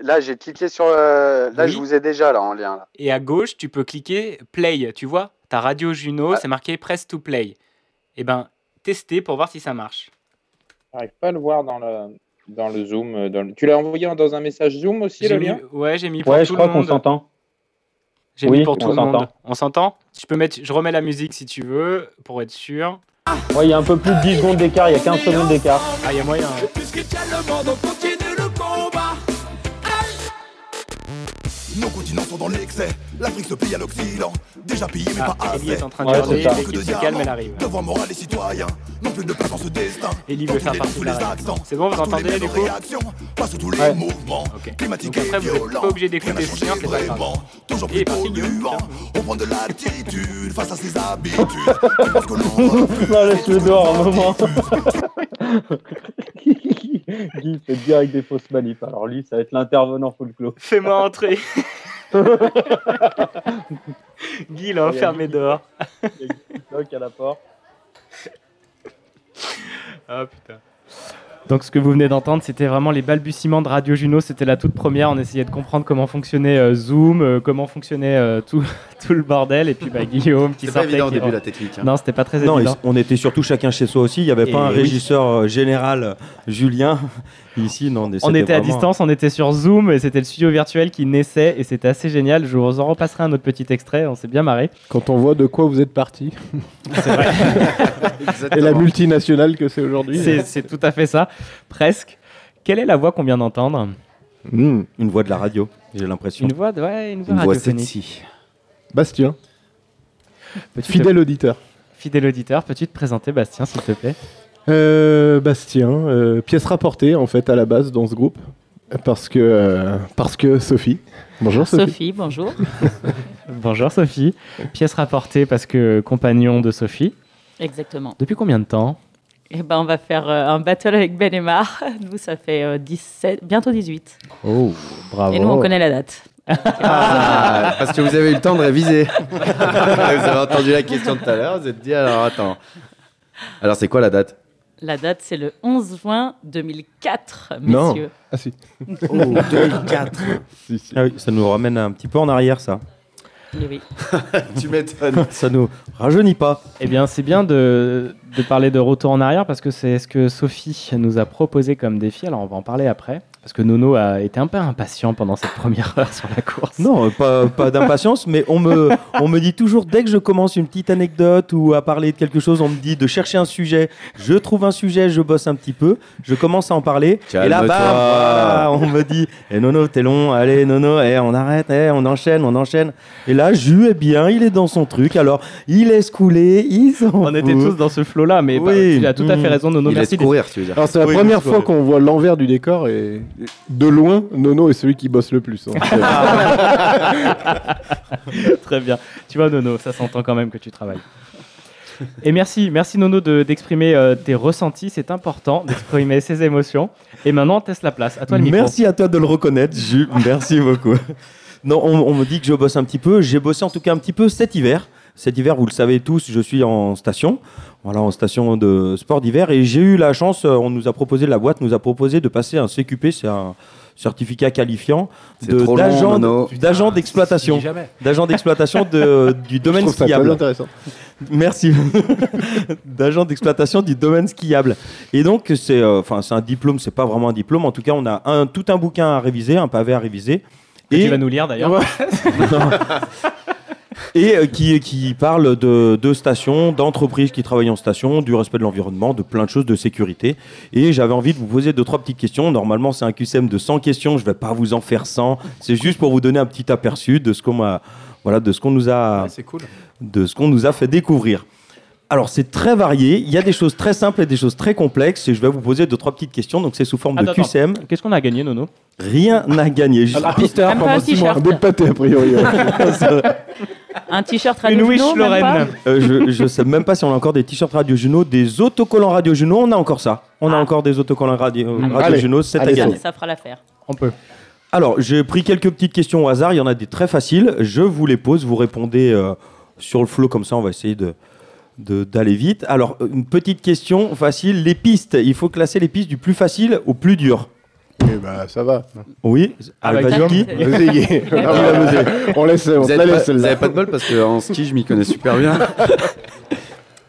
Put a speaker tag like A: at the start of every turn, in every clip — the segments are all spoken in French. A: Là, j'ai cliqué sur. euh, Là,
B: Oui.
A: je vous ai déjà là en lien. là.
B: Et à gauche, tu peux cliquer Play, tu vois Ta radio Juno,
A: Ah.
B: c'est marqué Press to Play. Eh ben, tester pour voir si ça marche.
C: J'arrive pas à le voir dans le, dans le Zoom. euh, dans le- Tu l'as envoyé en- dans un message Zoom aussi, le
B: J'ai mis-
C: lien
B: Ouais, j'ai mis pour
D: Ouais, je
B: tout
D: crois
B: le
D: qu'on
B: monde.
D: s'entend.
B: J'ai
D: Oui,
B: mis pour
D: on
B: tout le
D: s'entend.
B: monde. On s'entend Je peux mettre, je remets la musique si tu veux, pour être sûr.
D: Ouais, il y a un peu plus de 10 secondes d'écart, il y a 15 secondes d'écart.
B: Ah, il y a moyen. ouais.
E: Puisque tu as le monde, on continue le combat.
F: Nos continents sont dans l'excès, l'Afrique se plie à l'Occident, déjà pillée mais
B: Ah,
F: pas assez.
B: Ellie est en train de
D: Ouais,
B: hurler,
D: c'est ça.
B: l'équipe se calme, elle arrive.
F: Devoir moral des citoyens, non plus de place dans ce destin.
B: Ellie
F: Dans
B: veut
F: tous
B: faire
F: les noms,
B: partie de
F: tous
B: la
F: les
B: réaction.
F: accents,
B: C'est bon, vous
F: pas sous les
B: entendez,
F: mêmes
B: du coup
F: réactions, pas sous tous les
D: Ouais.
F: mouvements,
B: Ok.
F: climatiques
B: Donc
F: et
B: après, vous êtes pas
F: violents.
B: obligé d'écouter
F: Rien n'a
B: Science,
F: changé
B: c'est pas grave.
F: vraiment, Toujours
B: Il est
F: plus
B: parti, Guillaume.
F: polluant, on prend de l'altitude face à ses habitudes. On pense que l'on refuse,
D: Non, laisse-le dehors un moment.
F: refuse.
D: Guy il fait direct des fausses manips. Alors lui, ça va être l'intervenant folklore.
B: Fais-moi entrer. Guy l'a
D: Il y a
B: enfermé
D: Guy.
B: dehors.
D: Il y a Guy qui toque à la porte.
B: Ah putain.
G: Donc ce que vous venez d'entendre, c'était vraiment les balbutiements de Radio Juno. C'était la toute première. On essayait de comprendre comment fonctionnait euh, Zoom, euh, comment fonctionnait euh, tout, tout le bordel. Et puis bah, Guillaume qui
H: C'est pas
G: sortait.
H: évident au
G: qui-
H: début la technique. hein.
G: Non, c'était pas très
I: Non,
G: évident.
I: on était surtout chacun chez soi aussi. Il n'y avait
G: Et
I: pas un
G: oui.
I: régisseur euh, général, euh, Julien, ici. Non,
G: On était à
I: vraiment-
G: distance, on était sur Zoom et c'était le studio virtuel qui naissait et c'était assez génial. Je vous en repasserai un autre petit extrait, on s'est bien marré.
J: Quand on voit de quoi vous êtes parti et
H: Exactement.
J: la multinationale que c'est aujourd'hui.
G: C'est c'est tout à fait ça, presque. Quelle est la voix qu'on vient d'entendre
J: Hmm.
I: Une voix de la radio, j'ai l'impression.
G: Une voix, de- ouais, une voix
H: Une voix
G: radiophonique.
H: sexy.
J: Bastien,
G: Peux-tu te-
J: fidèle auditeur.
G: fidèle auditeur, peux-tu te présenter, Bastien, s'il te plaît
J: Euh, Bastien, euh, pièce rapportée en fait à la base dans ce groupe parce que euh, parce que Sophie. Bonjour Sophie.
K: Sophie, bonjour.
G: Bonjour Sophie. Pièce rapportée parce que compagnon de Sophie.
K: Exactement.
G: Depuis combien de temps
K: Eh ben, on va faire euh, un battle avec Ben et Mar. Nous, ça fait euh, 17, bientôt 18.
G: Oh, bravo.
K: Et nous, on connaît la date.
H: Ah, parce que vous avez eu le temps de réviser. vous avez entendu la question de tout à l'heure, vous êtes dit alors attends. Alors c'est quoi la date
K: La date, c'est le 11 juin 2004,
J: Non.
K: messieurs.
J: Ah si.
I: Oh, 2004.
J: si, si.
I: Ah oui, ça nous ramène un petit peu en arrière, ça.
K: Eh oui.
H: Tu m'étonnes.
I: Ça nous rajeunit pas.
G: Eh bien, c'est bien de, de parler de retour en arrière parce que c'est ce que Sophie nous a proposé comme défi. Alors, on va en parler après. Parce que Nono a été un peu impatient pendant cette première heure sur la course.
I: Non, euh, pas, pas d'impatience, mais on me, on me dit toujours, dès que je commence une petite anecdote ou à parler de quelque chose, on me dit de chercher un sujet. Je trouve un sujet, je bosse un petit peu, je commence à en parler. Et là,
H: Calme-toi.
I: bam, voilà, on me dit, eh Nono, t'es long, allez Nono, eh, on arrête, eh, on enchaîne, on enchaîne. Et là, Jus est bien, il est dans son truc, alors il laisse couler, il s'en
G: On était
I: fout.
G: tous dans ce flow-là, mais bah,
I: Oui.
G: tu as tout à fait
I: Mmh.
G: raison, Nono.
H: Il laisse
G: Merci d'être-
H: courir, tu veux dire.
J: Alors c'est la
I: Oui,
J: première
I: parce que-
J: fois qu'on voit l'envers du décor et de loin Nono est celui qui bosse le plus.
I: Ah,
J: hein. C'est-
G: Très bien. Tu vois, Nono, ça s'entend quand même que tu travailles. Et merci, merci Nono de- d'exprimer euh, tes ressentis, c'est important d'exprimer ses émotions. Et maintenant, on teste la place. À toi le micro.
I: Merci à toi de le reconnaître, Jules. Merci beaucoup. Non, on, on me dit que je bosse un petit peu. J'ai bossé en tout cas un petit peu cet hiver. Cet hiver, vous le savez tous, je suis en station. Voilà, en station de sport d'hiver. Et j'ai eu la chance, euh, on nous a proposé, la boîte nous a proposé de passer un CQP, c'est un certificat qualifiant
H: C'est
I: de-
H: trop long,
I: d'agent
H: Nono.
I: d'agent d'exploitation.
E: Jamais.
I: D'agent d'exploitation de- du
J: Je
I: domaine
J: trouve ça très
I: skiable.
J: intéressant.
I: Merci. D'agent d'exploitation du domaine skiable. Et donc, c'est euh, enfin, c'est un diplôme, c'est pas vraiment un diplôme. En tout cas, on a un, tout un bouquin à réviser, un pavé à réviser.
G: Que
I: Et,
G: Tu vas nous lire d'ailleurs.
I: et euh, qui, qui parle de, de stations, d'entreprises qui travaillent en station, du respect de l'environnement, de plein de choses, de sécurité. Et j'avais envie de vous poser deux, trois petites questions. Normalement, c'est un QCM de 100 questions. Je vais pas vous en faire 100. C'est juste pour vous donner un petit aperçu de ce qu'on m'a- Voilà, de ce qu'on nous a
G: Ah,
E: Ouais, c'est cool.
I: de ce qu'on nous a fait découvrir. Alors c'est très varié, il y a des choses très simples et des choses très complexes et je vais vous poser deux trois petites questions donc c'est sous forme
G: Ah, Attends,
I: de
G: attends.
I: QCM,
G: Qu'est-ce qu'on a gagné, Nono
I: rien à gagner.
B: Ah,
I: Juste
J: Un pisteur
K: Même pas un
J: Un
K: t-shirt.
J: bout de pâté a priori. ouais.
K: Un t-shirt Radio
G: Une wish,
K: Juno, même pas
G: Lorraine.
I: Euh, je, je sais même pas si on a encore des t-shirts Radio Juno, des autocollants Radio Juno, on a encore ça. On
G: Ah.
I: a encore des autocollants Radio,
K: Allez.
I: Radio Juno, c'est à
J: Allez,
I: gagner.
K: ça, ça fera l'affaire.
G: On peut.
I: Alors, j'ai pris quelques petites questions au hasard. Il y en a des très faciles. Je vous les pose. Vous répondez euh, sur le flot comme ça. On va essayer de de- d'aller vite. Alors, une petite question facile. Les pistes. Il faut classer les pistes du plus facile au plus dur.
J: Eh ben, ça va.
I: Oui.
J: Ah, bah, Guillaume Vas-y, Guy. On la laisse, on laisse, on
H: vous
J: te
H: avez
J: la
H: pas,
J: laisse,
H: vous
J: celle-là.
H: avez pas de bol parce qu'en ski, je m'y connais super bien.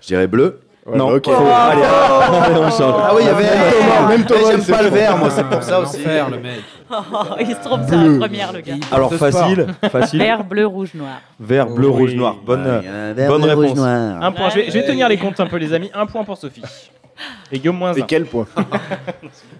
H: Je dirais bleu.
J: Non. bah, ok. Oh.
H: Allez,
J: Allez, on change.
H: Ah oui, il y avait
J: Même
H: eh,
J: Thomas, même
H: eh,
J: Thomas, il
H: J'aime
J: sait
H: pas le
J: pas.
H: vert, moi, c'est pour ça aussi.
K: L'enfer,
H: le mec.
K: Oh, il se trompe sur la première, le gars.
I: Alors, facile, facile.
K: Vert, bleu, rouge, noir.
I: Vert, bleu, rouge, noir. Bonne,
H: Ah,
J: Bah,
H: il y a un vert,
I: bonne
H: bleu, rouge,
I: réponse.
H: noir.
G: Un point. Je vais, je vais tenir les comptes un peu, les amis. Un point pour Sophie. Et Guillaume moins
J: Et
G: un.
J: quel point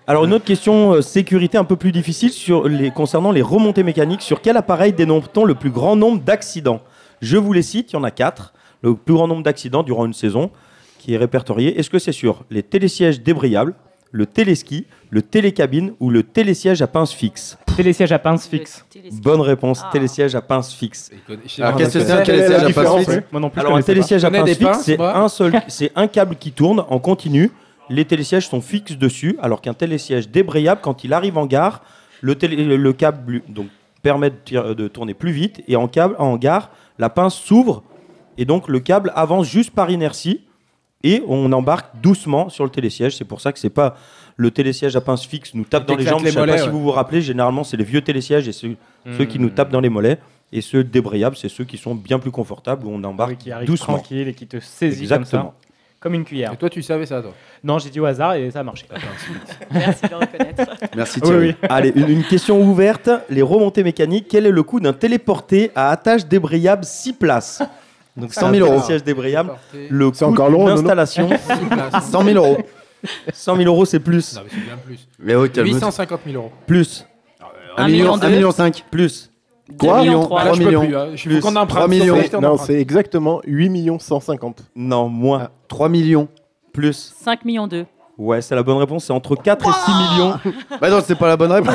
I: Alors une autre question euh, sécurité un peu plus difficile sur les, concernant les remontées mécaniques. Sur quel appareil dénombre-t-on le plus grand nombre d'accidents Je vous les cite, il y en a quatre. Le plus grand nombre d'accidents durant une saison qui est répertorié. Est-ce que c'est sur les télésièges débrayables, le téléski, le télécabine ou le télésiège à pince fixe
G: Télésiège à pince fixe.
I: Bonne réponse,
K: Ah.
I: télésiège à pince fixe.
H: Alors, qu'est-ce que c'est un
I: Quelle est la
H: télésiège à
I: différence,
H: passe
I: oui
H: vite
G: Moi non plus, je
I: Alors un
G: connaissais pas.
I: télésiège à
B: Je connais
I: pince
B: des
I: fixe,
B: pinces,
I: c'est
B: moi.
I: un seul, c'est un câble qui tourne en continu. Les télésièges sont fixes dessus, alors qu'un télésiège débrayable, quand il arrive en gare, le, télé- le câble lui- donc permet de, tir- de tourner plus vite et en câble en gare, la pince s'ouvre et donc le câble avance juste par inertie et on embarque doucement sur le télésiège. C'est pour ça que c'est pas le télésiège à pince fixe nous tape
B: Il
I: dans les
B: t'éclate
I: jambes.
B: les
I: Je sais pas
B: mollets,
I: si
B: ouais.
I: vous vous rappelez, généralement c'est les vieux télésièges et ceux, ceux qui nous
B: Hmm.
I: tapent dans les mollets. Et ceux débrayables, c'est ceux qui sont bien plus confortables où on
G: Oui,
I: embarque
G: qui arrive
I: doucement.
G: tranquille et qui te saisit comme
I: Exactement.
G: ça. Comme une cuillère.
B: Et toi, tu savais ça, toi
G: Non, j'ai dit au hasard et ça a marché.
K: Merci de le reconnaître.
H: Merci
G: Oui,
H: Thierry.
G: oui.
I: Allez, une, une question ouverte. Les remontées mécaniques, quel est le coût d'un téléporté à attache débrayable 6 places Donc 100 000 euros. Siège débrayable. Le
J: C'est
I: coût
J: encore long, non, non
I: d'installation,
B: Non,
H: 100 000 euros.
I: 100 000 euros, c'est plus.
B: mais c'est bien plus.
H: Mais oh, calme
B: 850 000 euros.
I: Plus.
K: Un million deux.
H: 1 million 5.
I: Plus.
H: Quoi,
K: Deux millions,
H: Lyon
K: trois.
B: Ah, là, je peux
H: millions.
B: plus. hein. Je suis qu'on emprunte.
H: 3 millions.
B: Sauf que je t'en
J: Non,
B: emprunte.
J: c'est exactement 8 millions 150.
I: Non, moins.
H: 3 millions.
I: Plus.
K: 5 millions 2.
I: Ouais, c'est la bonne réponse. C'est entre 4 et 6 millions.
H: Bah non, c'est pas la bonne réponse.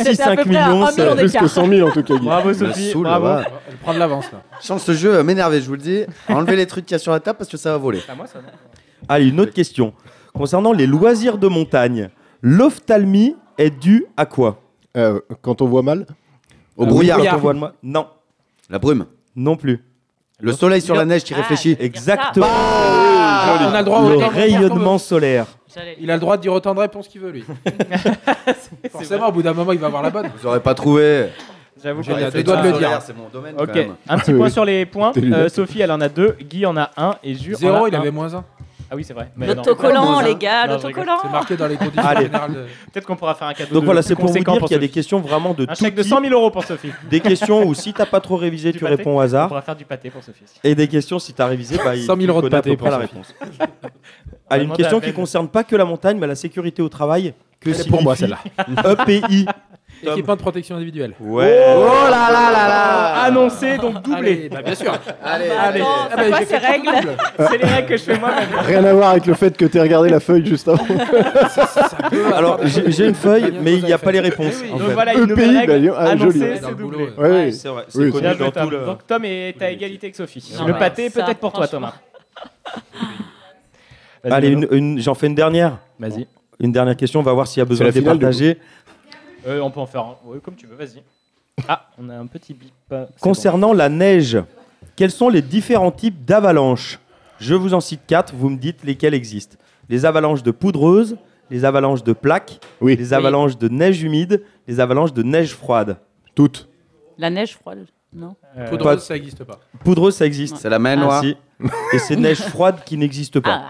I: 6, 5 millions. c'est-
J: Plus que 100 000 en tout cas, Guy.
G: Bravo
H: Ça me
G: Sophie,
H: saoule,
G: bravo.
H: voilà.
B: Elle prend de l'avance, là.
H: Chance ce jeu euh, m'énerver, je vous le dis. Enlevez les trucs qu'il y a sur la table parce que ça va voler.
I: Allez, Ah, une autre question. Concernant les loisirs de montagne, l'ophtalmie est due à quoi
J: Euh, quand on voit mal,
H: Au
B: Ah,
H: brouillard.
B: brouillard.
I: Quand on voit le moins- Non,
H: La brume.
I: non plus.
H: Le soleil sur la neige qui
K: Ah,
H: réfléchit.
K: c'est-
I: Exactement.
B: Ah, on a le droit au autant
I: le
B: de dire qu'on
I: rayonnement solaire.
B: veut. Il a le droit de dire autant de réponses qu'il veut, lui. Forcément, au bout d'un moment, il va avoir la bonne.
H: Vous aurez pas trouvé.
G: J'avoue que
B: J'ai
H: J'aurais
B: la
H: fait
B: doigts de
H: tout
B: le
H: solaire,
B: dire.
H: C'est mon domaine.
G: Ok,
H: quand même.
G: un petit
J: Oui,
G: point
J: oui.
G: sur les points.
J: T'es lunaire.
G: Euh, Sophie, elle en a deux. Guy en a un. Et Jure. en
B: Zéro,
G: a
B: il
G: un.
B: avait moins un.
G: Ah oui, c'est vrai. Mais non.
K: L'autocollant, les gars,
G: Non, je rigole.
K: l'autocollant.
B: C'est marqué dans les conditions
I: Allez.
B: générales. de-
G: Peut-être qu'on pourra faire un cadeau.
I: Donc
G: de
I: voilà,
G: plus
I: c'est pour vous
G: conséquent
I: dire qu'il y a des
G: Sophie.
I: questions vraiment de
G: Un
I: tout
G: chèque de
I: type.
G: 100 000 euros pour Sophie.
I: Des questions où si t'as pas trop révisé,
G: Du
I: tu
G: pâté.
I: réponds au
G: On
I: hasard.
G: pourra faire du pâté pour Sophie. aussi.
I: Et des questions si t'as révisé, bah, il
B: 100 000
I: tu
B: euros de
I: connais à
B: pâté
I: peu près
B: pour
I: la réponse. Allez, une
G: Demandez
I: question
G: à
I: qui
G: Ben.
I: concerne pas que la montagne, mais la sécurité au travail. Que
J: c'est pour moi celle-là.
I: EPI. Tom.
B: Équipement de protection individuelle.
I: Ouais.
H: Oh là là là là
G: Annoncé, donc doublé.
B: Allez, bah, bien sûr.
H: Allez,
K: Allez,
H: allez.
K: Attends,
B: Ah, bah,
K: c'est quoi
B: j'ai
K: ces
B: fait
K: règles
G: C'est les règles que je fais moi-même.
J: Rien à voir avec le fait que t'aies regardé la feuille juste avant.
I: Alors, j'ai j'ai une feuille,
B: Daniel
I: mais il n'y a
B: Cosette.
I: pas les réponses.
B: Eh oui.
I: en
G: Donc
I: fait.
G: voilà, une nouvelle
J: EPI, bah,
G: règle.
J: Lyon- ah, joli.
G: Annoncé,
B: Dans
G: c'est
B: le boulot,
G: doublé.
B: ouais.
J: Ouais, ouais.
I: C'est vrai, c'est
J: Oui,
I: connu
G: Bien
I: dans
G: joué,
I: tout
G: Tom.
I: le.
G: Donc Tom est à égalité avec Sophie.
K: Non,
G: le
K: mais
G: pâté,
K: Ah ça,
G: peut-être pour toi,
K: franchement.
G: Thomas. Vas-y,
I: Allez,
G: Bruno.
I: une- une- j'en fais une dernière.
G: Vas-y.
I: Une dernière question, on va voir s'il y a besoin
J: la
I: de les
J: finale, du coup.
I: partager.
G: Euh, on peut en faire un. Ouais, comme tu veux, vas-y. Ah, on a un petit bip. euh, c'est
I: Concernant la neige, quels sont les différents types d'avalanches Je vous en cite quatre, vous me dites lesquelles existent. Les avalanches de poudreuse, les avalanches de plaques,
J: Oui.
I: les avalanches de neige humide, les avalanches de neige froide.
J: Toutes.
K: La neige froide, non
G: bon. Euh,
B: Poudreuse, ça n'existe pas.
I: Poudreuse, ça existe. Ah,
H: C'est la main noire.
I: Si. Et c'est neige froide qui n'existe pas.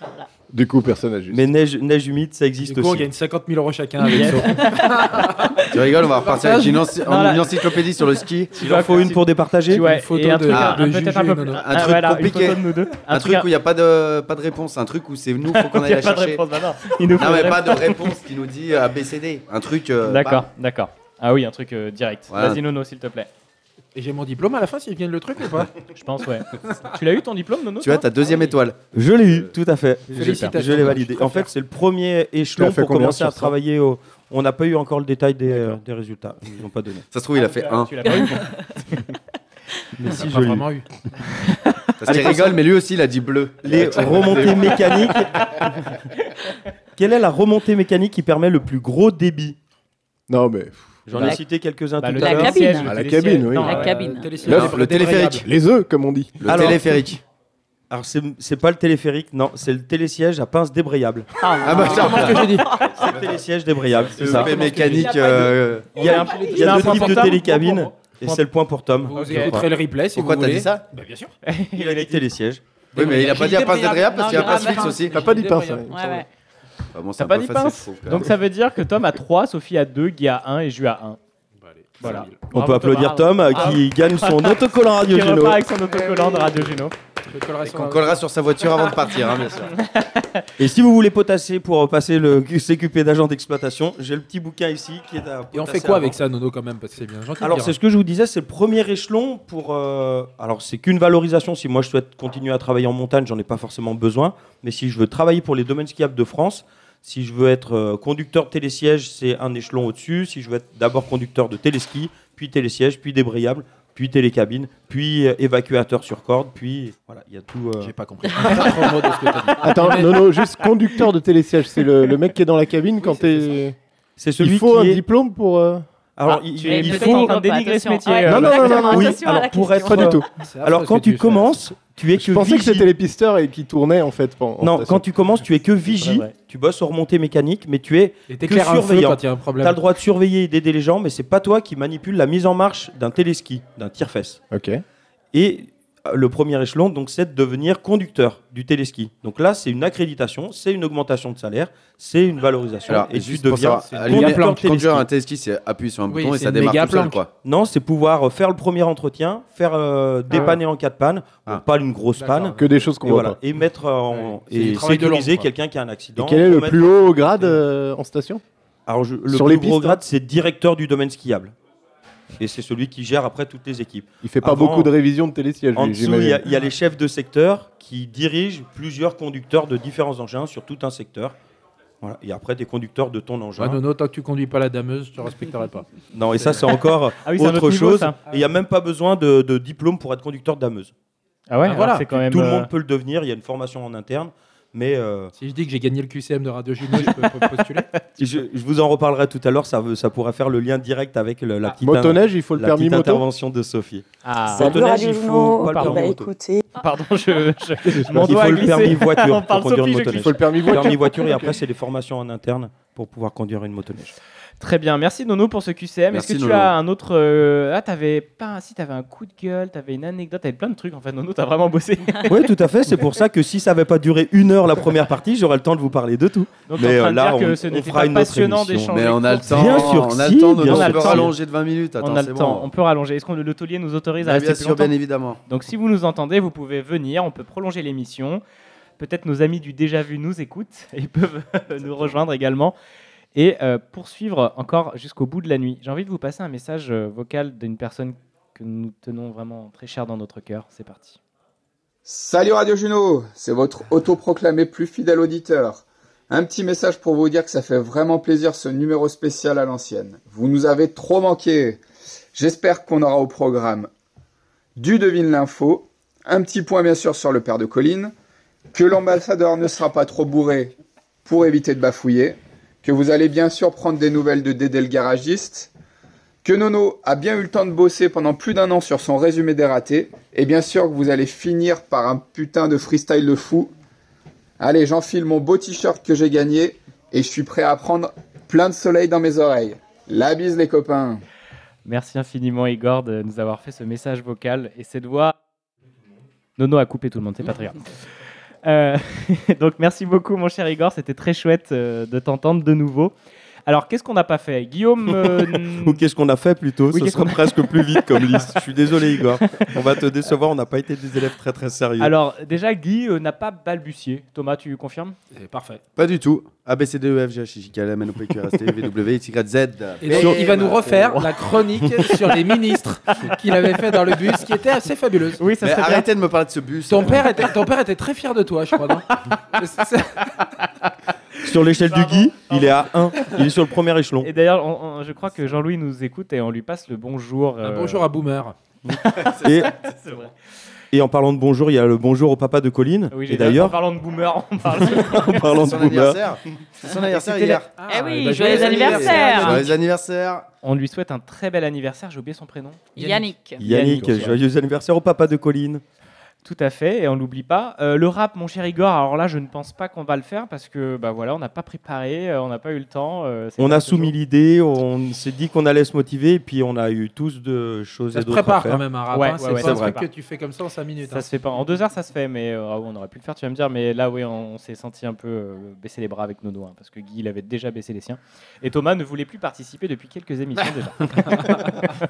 K: Ah,
J: Du coup, personne n'a juste.
I: Mais neige, neige humide, ça
B: Du
I: existe
B: coup, on
I: aussi.
B: gagne 50 000 euros chacun avec ça.
H: Tu rigoles, on va repartir avec une, enci-
G: Non, là-
H: une encyclopédie sur le ski.
I: Il en faut une pour départager
G: ouais,
B: une photo
G: et un
B: de-
G: truc, un-
H: ah,
B: de
G: peut-être
B: Juju
G: un
B: et
G: peu
B: Nono.
G: plus. Ah,
H: Un truc compliqué.
G: Une photo de nous deux.
H: Un, truc où il n'y a pas de, pas de réponse, un truc où c'est nous faut qu'on
G: il n'y
H: aille
G: a
H: la
G: pas de
H: chercher.
G: réponse. bah non. Il nous faut
H: Non
G: une
H: mais pas
G: réponse.
H: de réponse qui nous dit euh, ABCD. Un truc. euh,
G: D'accord,
H: bah,
G: d'accord. Ah oui, un truc euh, direct.
H: Voilà.
G: Vas-y, Nono, s'il te plaît.
B: Et j'ai mon diplôme à la fin s'ils viennent le truc ou pas
G: Je pense, ouais. tu l'as eu ton diplôme, Nono
H: Tu as ta
G: Ah
H: deuxième étoile.
I: Je l'ai eu, tout à fait.
B: Félicitations.
I: Je l'ai validé. En fait, c'est le premier échelon
J: l'as fait
I: pour
J: combien
I: commencer
J: sur
I: à
J: cent
I: travailler au... On n'a pas eu encore le détail des, euh, des résultats. Ils n'ont pas donné.
H: Ça se trouve il a fait
G: Tu l'as-
H: un.
G: Tu l'as pas eu
B: Mais si,
I: joli.
B: vraiment eu.
H: Parce qu'il rigole, mais lui aussi il a dit bleu.
I: Les remontées mécaniques. Quelle est la remontée mécanique qui permet le plus gros débit
J: Non, mais.
I: J'en
K: La-
I: ai cité quelques-uns
G: Bah,
I: tout
G: le
I: à
K: la
I: l'heure.
K: cabine.
G: télésiège, le
J: Ah, la
G: télésiège.
J: cabine, oui.
G: Non,
K: La
G: ouais.
K: cabine.
B: Télésiège.
J: L'œuf,
H: le téléphérique.
J: Les œufs, comme on dit.
H: Le
I: Alors-
H: téléphérique.
I: Alors, c'est c'est pas le téléphérique, non, c'est le télésiège à pince débrayable.
H: Ah, Ah, bah, ça- comment que j'ai dit
I: C'est le télésiège débrayable, c'est
H: Le
I: ça.
H: bébé mécanique, Il y a pas de- euh,
I: Il y a,
H: on a-
I: il y a
H: un
I: deux
H: point
I: types
H: pour
I: de
H: Tom,
I: télécabines,
H: point pour-
I: et
H: point-
I: c'est le point pour Tom.
H: Vous écouterez le replay si Pourquoi vous t'as dit voulez. ça
B: Bah, bien sûr.
I: Il a dit télésiège.
H: Oui, mais il a pas dit à pince débrayable parce qu'il y a
B: Non, il a
H: pince
B: pas
H: fixe
B: dit-
H: aussi.
B: T'as pas dit pince, hein, il me
H: Bah,
B: semble. Ouais, ouais.
H: bon, c'est
G: T'as
H: un
G: pas
H: peu
G: dit
H: facile,
G: pince
H: je trouve, quand
G: Donc
H: même.
G: ça veut dire que Tom a 3, Sophie a 2, Guy a 1 et Ju a 1. Voilà.
I: On
G: Bravo,
I: peut applaudir Tom,
G: Thomas.
I: euh, qui
B: Ah.
I: gagne son autocollant Radio
G: Qui repart
I: Juno.
G: avec son autocollant de Radio Juno.
H: Et qu'on collera sur sa voiture avant de partir, hein, bien sûr.
I: Et si vous voulez potasser pour euh, passer le CQP d'agent d'exploitation, j'ai le petit bouquin ici qui est à
B: Et on fait
I: potasser
B: quoi
I: avant.
B: avec ça, Nono, quand même Parce que c'est bien gentil. de
I: Alors
B: dire.
I: c'est ce que je vous disais, c'est le premier échelon pour. euh, Alors c'est qu'une valorisation. Si moi je souhaite continuer à travailler en montagne, j'en ai pas forcément besoin. Mais si je veux travailler pour les domaines skiables de France, si je veux être euh, conducteur de télésiège, c'est un échelon au-dessus. Si je veux être d'abord conducteur de téléski, puis télésiège, puis débrayable, puis télécabine, puis euh, évacuateur sur corde, puis voilà, il y a tout. euh, J'ai
B: pas compris.
J: Attends, non, non, juste conducteur de télésiège, c'est le, le mec qui est dans la cabine quand t'es.
I: C'est celui
J: Il faut
I: qui
J: un
I: est-
J: diplôme pour. euh,
I: Alors,
J: Ah,
I: il,
J: tu es
I: il
J: peut-être
I: faut
J: en train de dénigrer ce métier, euh,
I: Non, non, non, non,
J: Exactement,
I: non, oui,
J: attention à la
I: alors pour être
J: question. Pas du tout. C'est
I: Alors
J: affreux
I: quand
J: ce que tu
I: tu
J: fais.
I: commences, tu es que
J: Je pensais que
I: vigie.
J: c'était les pisteurs et qui tournaient en fait. pen- en
I: Non,
J: station.
I: quand tu commences, tu es que vigie, tu bosses aux remontées mécaniques, mais tu es
B: Et
I: que
B: t'éclaires un feu
I: surveillant.
B: quand il y a un problème.
I: T'as le droit de surveiller et d'aider les gens, mais c'est pas toi qui manipule la mise en marche d'un téléski, d'un tire-fesse.
J: Ok.
I: Et euh, le premier échelon, donc, c'est de devenir conducteur du téléski. Donc là, c'est une accréditation, c'est une augmentation de salaire, c'est une valorisation.
H: Alors,
I: et tu
H: juste pour
I: deviens
H: savoir, à la limite,
I: conducteur
H: planque, conduire
I: téléski.
H: un téléski, c'est appuyer sur un bouton et ça démarre tout seul, quoi.
I: Non, c'est pouvoir euh, faire le premier entretien, faire euh,
J: Ah.
I: dépanner en cas de panne, Bon, pas une grosse panne,
J: Que des choses qu'on
I: et
J: voit pas.
I: et mettre euh, en,
J: C'est du
I: et
J: travail de
I: sécuriser
J: l'ombre, quoi.
I: quelqu'un qui a un accident.
J: Et quel est le
I: remettre-
J: plus haut grade euh, en station
I: Alors, je- le
J: Sur
I: plus
J: les
I: gros
J: pistes, hein
I: grade, c'est directeur du domaine skiable. Et c'est celui qui gère après toutes les équipes.
J: Il fait pas
I: Avant,
J: beaucoup de révisions de télésiège,
I: En
J: lui,
I: dessous, il y, a-
J: j'imagine.
I: il y a les chefs de secteur qui dirigent plusieurs conducteurs de différents engins sur tout un secteur. Voilà. Et après, des conducteurs de ton engin.
J: Ah,
B: Ouais, Nono, tant que tu conduis pas la dameuse, je te respecterai pas.
I: Non, et ça, c'est encore
J: Ah
G: Ah
I: autre, chose. Et il n'y a même pas besoin de, de diplôme pour être conducteur de dameuse.
G: Ah ouais, alors Voilà. c'est quand même,
I: Tout le
G: euh,
I: monde peut le devenir. Il y a une formation en interne. Mais euh,
B: Si je dis que j'ai gagné le QCM de Radio Juno, je peux pas postuler.
I: je, je vous en reparlerai tout à l'heure. Ça, veut- ça pourra faire le lien direct avec le- la petite,
J: Motoneige, il faut le
I: la
J: permis
I: petite
J: moto
I: intervention de Sophie.
G: Ah.
I: Motoneige, il faut pas le permis moto.
G: Pardon, je, je, mon
I: il
G: doigt
I: faut
G: a
I: le
G: glissé.
I: permis voiture
G: On
I: pour
G: parle
I: conduire
G: Sophie,
I: une
G: je
I: motoneige.
G: glisse. Il faut le permis voiture.
I: et après
G: Ok.
I: c'est les formations en interne pour pouvoir conduire une motoneige.
G: Très bien, merci Nono pour ce QCM. Est-ce
I: Merci,
G: que tu
I: Nono.
G: as un autre. euh, Ah, t'avais pas. un- Si, t'avais un coup de gueule, t'avais une anecdote, t'avais plein de trucs en fait. Nono, t'as vraiment bossé.
I: Oui, tout à fait. C'est pour ça que si ça n'avait pas duré une heure la première partie, j'aurais le temps de vous parler de tout.
G: Donc, t'es en
H: euh,
G: train de dire que ce n'était pas
I: une autre
G: passionnant
I: émission.
G: d'échanger
H: Mais on a le
G: court.
H: temps,
I: Bien sûr,
H: on a
I: si,
H: le temps,
I: bien
H: Nono,
I: sûr.
H: on peut rallonger de 20 minutes, attends,
G: on a le
H: c'est
G: temps,
H: bon.
G: on peut rallonger. Est-ce que le taulier nous autorise à
H: Mais
G: rester
H: bien
G: plus
H: sûr,
G: longtemps
H: bien évidemment.
G: Donc si vous nous entendez, vous pouvez venir, on peut prolonger l'émission. Peut-être nos amis du déjà vu nous écoutent et peuvent euh, nous rejoindre également et euh, poursuivre encore jusqu'au bout de la nuit. J'ai envie de vous passer un message euh, vocal d'une personne que nous tenons vraiment très cher dans notre cœur. C'est parti.
L: Salut Radio Juno, c'est votre autoproclamé plus fidèle auditeur. Un petit message pour vous dire que ça fait vraiment plaisir ce numéro spécial à l'ancienne. Vous nous avez trop manqué. J'espère qu'on aura au programme du devine l'info, un petit point bien sûr sur le père de Colline, que l'ambassadeur ne sera pas trop bourré pour éviter de bafouiller, que vous allez bien sûr prendre des nouvelles de Dédé le garagiste, que Nono a bien eu le temps de bosser pendant plus d'un an sur son résumé des ratés, et bien sûr que vous allez finir par un putain de freestyle de fou. Allez, j'enfile mon beau t-shirt que j'ai gagné, et je suis prêt à prendre plein de soleil dans mes oreilles. La bise les copains
G: Merci infiniment Igor de nous avoir fait ce message vocal et cette voix. Nono a coupé tout le monde, c'est pas très grave. Euh, donc merci beaucoup mon cher Igor, c'était très chouette euh, de t'entendre de nouveau. Alors qu'est-ce qu'on n'a pas fait Guillaume euh,
I: Ou qu'est-ce qu'on a fait plutôt
G: Oui,
I: Ce
G: qu'est-ce
I: sera
G: qu'on a-
I: presque plus vite comme liste. Je suis désolé, Igor. On va te décevoir. On n'a pas été des élèves très très sérieux.
G: Alors, déjà, Guy euh, n'a pas balbutié. Thomas, tu confirmes Parfait.
H: Pas du tout. A, B, C, D, E, F, G, H, I, J, K, L, M, N, O, P, Q, R, S, T, U, V, W, X, Y, Z.
B: Et donc, il va nous refaire la chronique sur les ministres qu'il avait fait dans le bus, qui était assez fabuleuse.
G: Oui,
H: Mais arrêtez de me parler de ce bus.
B: Ton père était, ton père était très fier de toi, je crois. non C'est- c'est-
I: Sur l'échelle du Guy, il est à 1. Il est sur le premier échelon.
G: Et d'ailleurs, on- on- je crois que Jean-Louis nous écoute et on lui passe le bonjour. euh,
B: bonjour à Boomer.
I: Et-
G: C'est vrai.
I: Et en parlant de bonjour, il y a le bonjour au papa de Colline.
G: Oui,
I: et
G: j'ai- en
I: d'ailleurs,
G: parlant de boomer, on parle.
I: en parlant de Boomer,
H: C'est son anniversaire
G: C'était la-
H: hier.
K: Ah
G: Eh oui,
H: bah,
G: joyeux anniversaire.
H: Joyeux anniversaire.
G: On lui souhaite un très bel anniversaire. J'ai oublié son prénom.
K: Yannick.
G: hein.
I: Yannick, joyeux anniversaire au papa de Colline.
G: Tout à fait, et on l'oublie pas. Euh, le rap, mon cher Igor, alors là, je ne pense pas qu'on va le faire parce que, bah voilà, on n'a pas préparé, euh, on n'a pas eu le temps. euh, c'est
I: On
G: pas
I: a
G: ce jour.
I: soumis l'idée, on s'est dit qu'on allait se motiver, et puis on a eu tous de choses
G: Ça
I: et
G: se
I: d'autres à
G: prépare
I: faire.
G: quand même, un rap, Ouais, hein, c'est ouais, pas ouais, un c'est truc vrai.
B: que tu fais comme ça en 5 minutes.
G: Ça
B: hein.
G: se fait pas. En deux heures, ça se fait, mais euh, ah ouais, on aurait pu le faire, tu vas me dire. Mais là, oui, on, on s'est senti un peu euh, baisser les bras avec nos doigts, hein, parce que Guy, il avait déjà baissé les siens. Et Thomas ne voulait plus participer depuis quelques émissions déjà.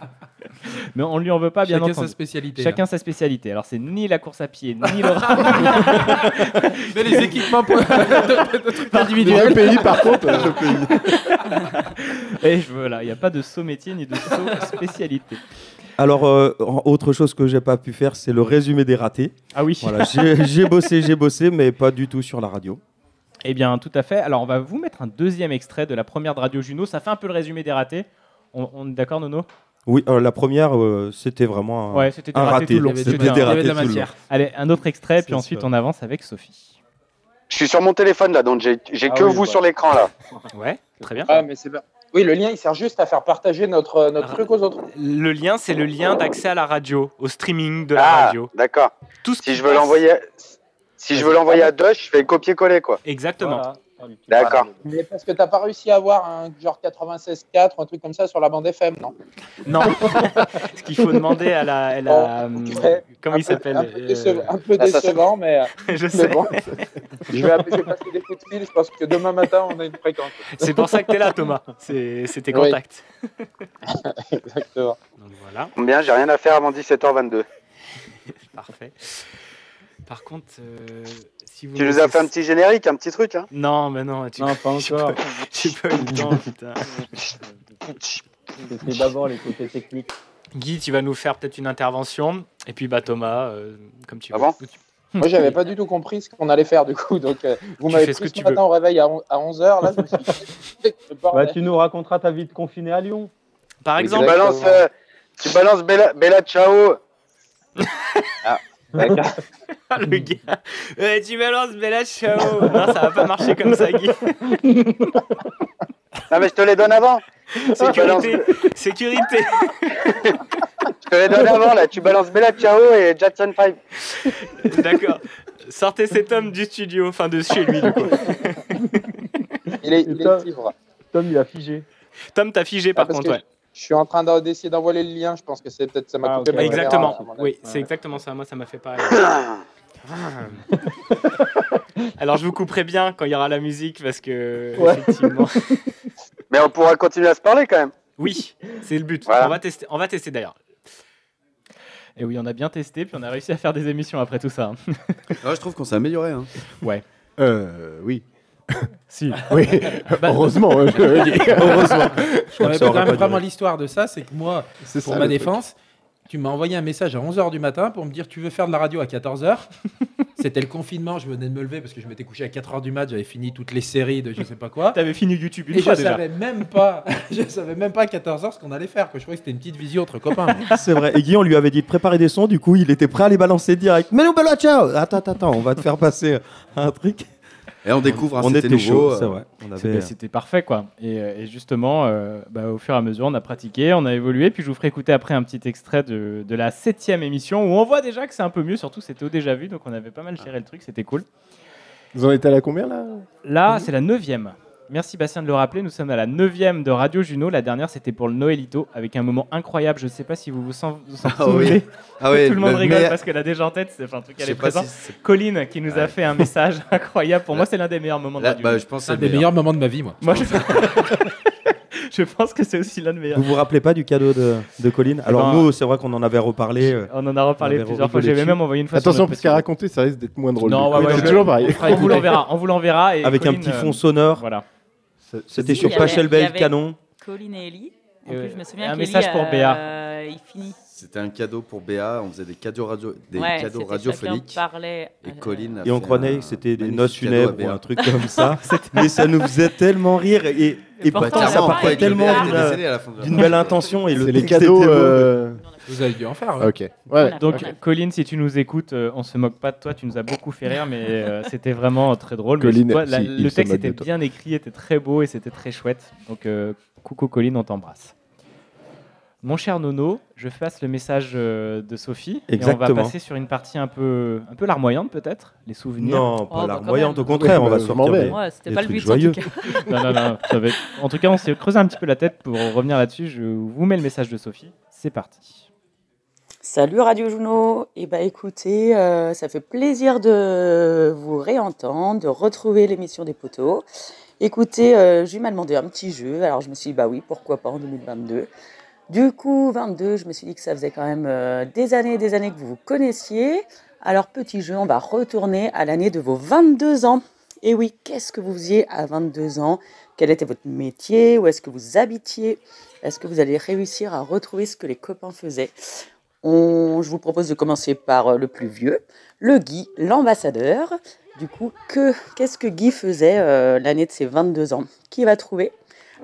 G: mais on lui en veut pas, bien
B: Chacun
G: entendu.
B: sa spécialité, hein.
G: Chacun
B: là.
G: sa spécialité. Alors, c'est ni la course à pied, ni le rap.
B: Mais les équipements pour- de- de- de trucs individuels.
G: Les deux
B: Les deux
G: Et je- voilà, il n'y a pas de saut métier ni de saut spécialité.
I: Alors, euh, en- autre chose que j'ai pas pu faire, c'est le résumé des ratés.
G: Ah oui.
I: Voilà, j'ai j'ai bossé, j'ai bossé, mais pas du tout sur la radio.
G: Eh bien, tout à fait. Alors, on va vous mettre un deuxième extrait de la première de Radio Juno. Ça fait un peu le résumé des ratés. On, on est d'accord, Nono
I: Oui, euh, la première, euh, c'était vraiment un,
G: Ouais, c'était des
I: un
G: ratés
I: raté.
G: tout le long.
I: C'était
G: Il y avait
I: des
G: de la
I: ratés tout le long.
G: matière. Allez, un autre extrait, puis ensuite on avance avec Sophie.
A: Je suis sur mon téléphone là, donc j'ai j'ai
C: Ah
A: que
C: oui,
A: vous
C: bah.
A: sur l'écran là.
G: Ouais, très bien.
C: Ah, mais c'est pas- Oui, le lien, il sert juste à faire partager notre, euh, notre truc aux autres.
M: Le lien, c'est le lien d'accès à la radio, au streaming de la
A: Ah,
M: radio.
A: d'accord.
M: qui
A: Si je veux
M: passe-
A: l'envoyer, à- si je veux l'envoyer à Dosh, je fais copier-coller quoi.
M: Exactement.
D: Ah,
A: D'accord.
C: Mais parce que t'as pas réussi à avoir un genre 96.4 ou un truc comme ça sur la bande FM, non
M: Non. Ce qu'il faut demander à la. à la,
A: Oh,
M: euh, comment il s'appelle
C: Un peu
M: euh,
C: décevant, un peu
M: Ah, ça, c'est-
C: décevant, mais. euh,
M: Je
C: mais
M: sais.
C: bon. je vais appeler- je vais passer des coups de fil. Je pense que demain matin, on a une fréquence.
M: C'est pour ça que t'es là, Thomas. C'est c'est tes
C: Oui.
M: contacts.
C: Exactement.
A: Combien J'ai rien à faire avant 17h22.
M: Parfait. Par contre, euh, si vous.
A: Tu nous as fait un petit générique, un petit truc hein
M: Non, mais non. Tu...
A: Non, pas encore.
M: J'ai pas eu le temps, putain.
D: C'était d'abord les côtés techniques.
M: Guy, tu vas nous faire peut-être une intervention. Et puis, bah, Thomas, euh, comme
C: Ah
M: tu veux.
C: Moi, j'avais pas du tout compris ce qu'on allait faire, du coup. Donc, euh, vous
M: Tu
C: m'avez
M: fais ce
C: pris
M: que
C: ce
M: tu
C: matin
M: veux.
C: au réveil à 11h. Là, je me suis dit, le
D: Bah,
C: bordel.
D: tu nous raconteras ta vie de confiné à Lyon.
M: Par
A: Tu balances, euh, tu balances Bella, Bella Ciao.
M: Ah, le gars. Eh, tu balances Bella Ciao. Non, ça va pas marcher comme ça, Guy.
A: Non Ah, mais je te les donne avant. Tu balances-
M: Sécurité. Sécurité.
A: Je te les donne avant là. Tu balances Bella Ciao et Jackson 5.
M: D'accord. Sortez cet homme du studio, enfin de chez lui, du coup.
C: Il est,
D: Et
C: il
D: Tom-
C: est ivre.
D: Tom, il a figé.
M: Tom, t'as figé par
C: Ah, parce
M: contre,
C: que
M: ouais.
C: Je suis en train d'en- d'essayer d'envoyer le lien. Je pense que c'est peut-être ça
B: Ah,
C: m'a coupé. ma caméra, à
M: exactement.
C: mon avis.
M: Oui, c'est
C: Ouais. Ah.
M: exactement ça. Moi, ça m'a fait pareil. Alors, je vous couperai bien quand il y aura la musique parce que. Effectivement.
A: Mais on pourra continuer à se parler quand même.
M: Oui, c'est le but.
A: Voilà.
M: On va tester, on va tester d'ailleurs.
G: Et oui, on a bien testé, puis on a réussi à faire des émissions après tout ça.
H: Ouais, je trouve qu'on s'est amélioré. Hein.
G: Ouais.
J: Euh, oui.
G: si.
J: Oui.
G: Bah-
J: Heureusement. euh, je le dis. Heureusement. Je
B: Non, mais
J: crois que ça
B: quand
J: aurait
B: même,
J: pas
B: vraiment
J: duré.
B: l'histoire de ça, c'est que moi,
J: C'est
B: pour
J: ça,
B: ma
J: le truc.
B: défense, tu m'as envoyé un message à 11h du matin pour me dire tu veux faire de la radio à 14h. C'était le confinement, je venais de me lever parce que je m'étais couché à 4h du mat, j'avais fini toutes les séries de je sais pas quoi.
G: T'avais fini YouTube une
B: Et
G: fois
B: je
G: déjà.
B: savais même pas, je savais même pas à 14h ce qu'on allait faire, que je croyais que c'était une petite visio entre copains.
I: Ah, C'est vrai. Et Guy, on lui avait dit de préparer des sons, du coup, il était prêt à les balancer direct. Mais nous, Bella, ciao Attends, attends, attends, on va te faire passer euh, un truc.
H: Et on découvre, hein,
I: on
H: c'était
I: était
H: nouveau,
I: chaud,
H: euh,
I: c'est vrai. On avait-
G: C'était- C'était parfait, quoi. Et, euh, et justement, euh, bah, au fur et à mesure, on a pratiqué, on a évolué. Puis je vous ferai écouter après un petit extrait de, de la septième émission où on voit déjà que c'est un peu mieux. Surtout, c'était au déjà vu, donc on avait pas mal géré le truc, c'était cool.
J: Vous en êtes à la combien là
H: Mhm.
G: Là, c'est la neuvième. Merci Bastien de le rappeler. Nous sommes à la neuvième de Radio Juno. La dernière, c'était pour le Noëlito, avec un moment incroyable. Je sais pas si vous vous sentez.
H: Ah oui. Ah oui,
G: Tout le monde
H: le
G: rigole
H: meilleur-
G: parce qu'elle a déjà en tête. C'est enfin, un truc
H: Je
G: qu'elle
H: sais
G: est
H: pas
G: présente.
H: si c'est-
G: Colline qui nous a
H: Ouais.
G: fait un message incroyable. Pour moi, c'est l'un des meilleurs moments de
H: Là,
G: Radio
H: bah,
G: Juno.
H: je pense que
B: C'est un des meilleurs moments de ma vie, moi.
G: Moi, je... je pense que c'est aussi l'un des meilleurs.
I: Vous vous rappelez pas du cadeau de, de Colline Alors,
G: ben,
I: nous, c'est vrai qu'on en avait reparlé. euh,
G: On en a reparlé
I: avait
G: plusieurs fois.
I: rigolé
G: J'avais
I: dessus.
G: même envoyé une fois.
J: Attention,
G: sur notre
J: parce
G: petit
J: qu'à
G: groupe.
J: raconter, ça risque d'être moins drôle.
G: Non, ouais,
J: du coup.
G: ouais,
J: c'est
G: je-
J: toujours pareil.
G: on fera- on vous l'enverra. On vous l'enverra. et
I: Avec un
G: Colline,
I: petit
G: euh,
I: fond sonore.
G: Voilà.
I: C'était sur
K: Il y avait-
I: Pachel
K: il y
I: Bell
K: avait
I: Canon.
K: Colline et Ellie. En
G: Euh,
K: plus, je me souviens
G: un
K: qu'Ellie,
G: message pour
K: euh,
G: Béa.
K: Il finit.
H: C'était un cadeau pour Béa. On faisait des cadeaux, radio... des
K: Ouais,
H: cadeaux
K: c'était
H: radiophoniques.
K: chacun parlait euh, à-
H: Et Colline. a
I: Et on
H: fait
I: croyait
H: un
I: que c'était des
H: magnifique
I: noces
H: cadeau à
I: funèbres ou
H: Béa.
I: un truc comme ça. mais ça nous faisait tellement rire. Et, et
H: pourtant,
I: pourtant, ça
H: clairement,
I: partait
H: avec le
I: tellement
H: Béa, elle
I: d'une-
H: est décédée à la fin de la-
I: d'une belle intention. Et le
J: C'est les
I: texte
J: cadeaux.
I: était beau.
J: euh,
B: Vous avez dû en faire.
J: Ok. Ouais.
G: Donc, Colline, si tu nous écoutes, euh, on se moque pas de toi. Tu nous as beaucoup fait rire, mais euh, c'était vraiment très drôle. Mais
J: Colline,
G: toi, la-
J: si, il
G: le
J: se
G: texte
J: moque de
G: était
J: toi.
G: bien écrit, était très beau et c'était très chouette. Donc, euh, coucou Colline, on t'embrasse. mon cher Nono, je fasse le message euh, de Sophie. Et on va
I: Exactement.
G: passer sur une partie un peu, un peu larmoyante, peut-être Les souvenirs
I: Non, pas Oh, bah, quand larmoyante, même. au contraire, on va
G: se
I: sortir des- Ouais, c'était des pas le trucs but, en tout joyeux. cas.
G: non, non, non, ça va être- En tout cas, on s'est creusé un petit peu la tête pour revenir là-dessus. Je vous mets le message de Sophie. C'est parti.
K: Salut Radio Juno Et bah écoutez, euh, ça fait plaisir de vous réentendre, de retrouver l'émission des poteaux. Écoutez, euh, Jules m'a demandé un petit jeu, alors je me suis dit bah oui, pourquoi pas en 2022. Du coup, 22, je me suis dit que ça faisait quand même euh, des années et des années que vous vous connaissiez. Alors petit jeu, on va retourner à l'année de vos 22 ans. Et oui, qu'est-ce que vous faisiez à 22 ans Quel était votre métier Où est-ce que vous habitiez Est-ce que vous allez réussir à retrouver ce que les copains faisaient on- je vous propose de commencer par euh, le plus vieux, le Guy, l'ambassadeur. Du coup, que- qu'est-ce que Guy faisait euh, l'année de ses 22 ans Qui va trouver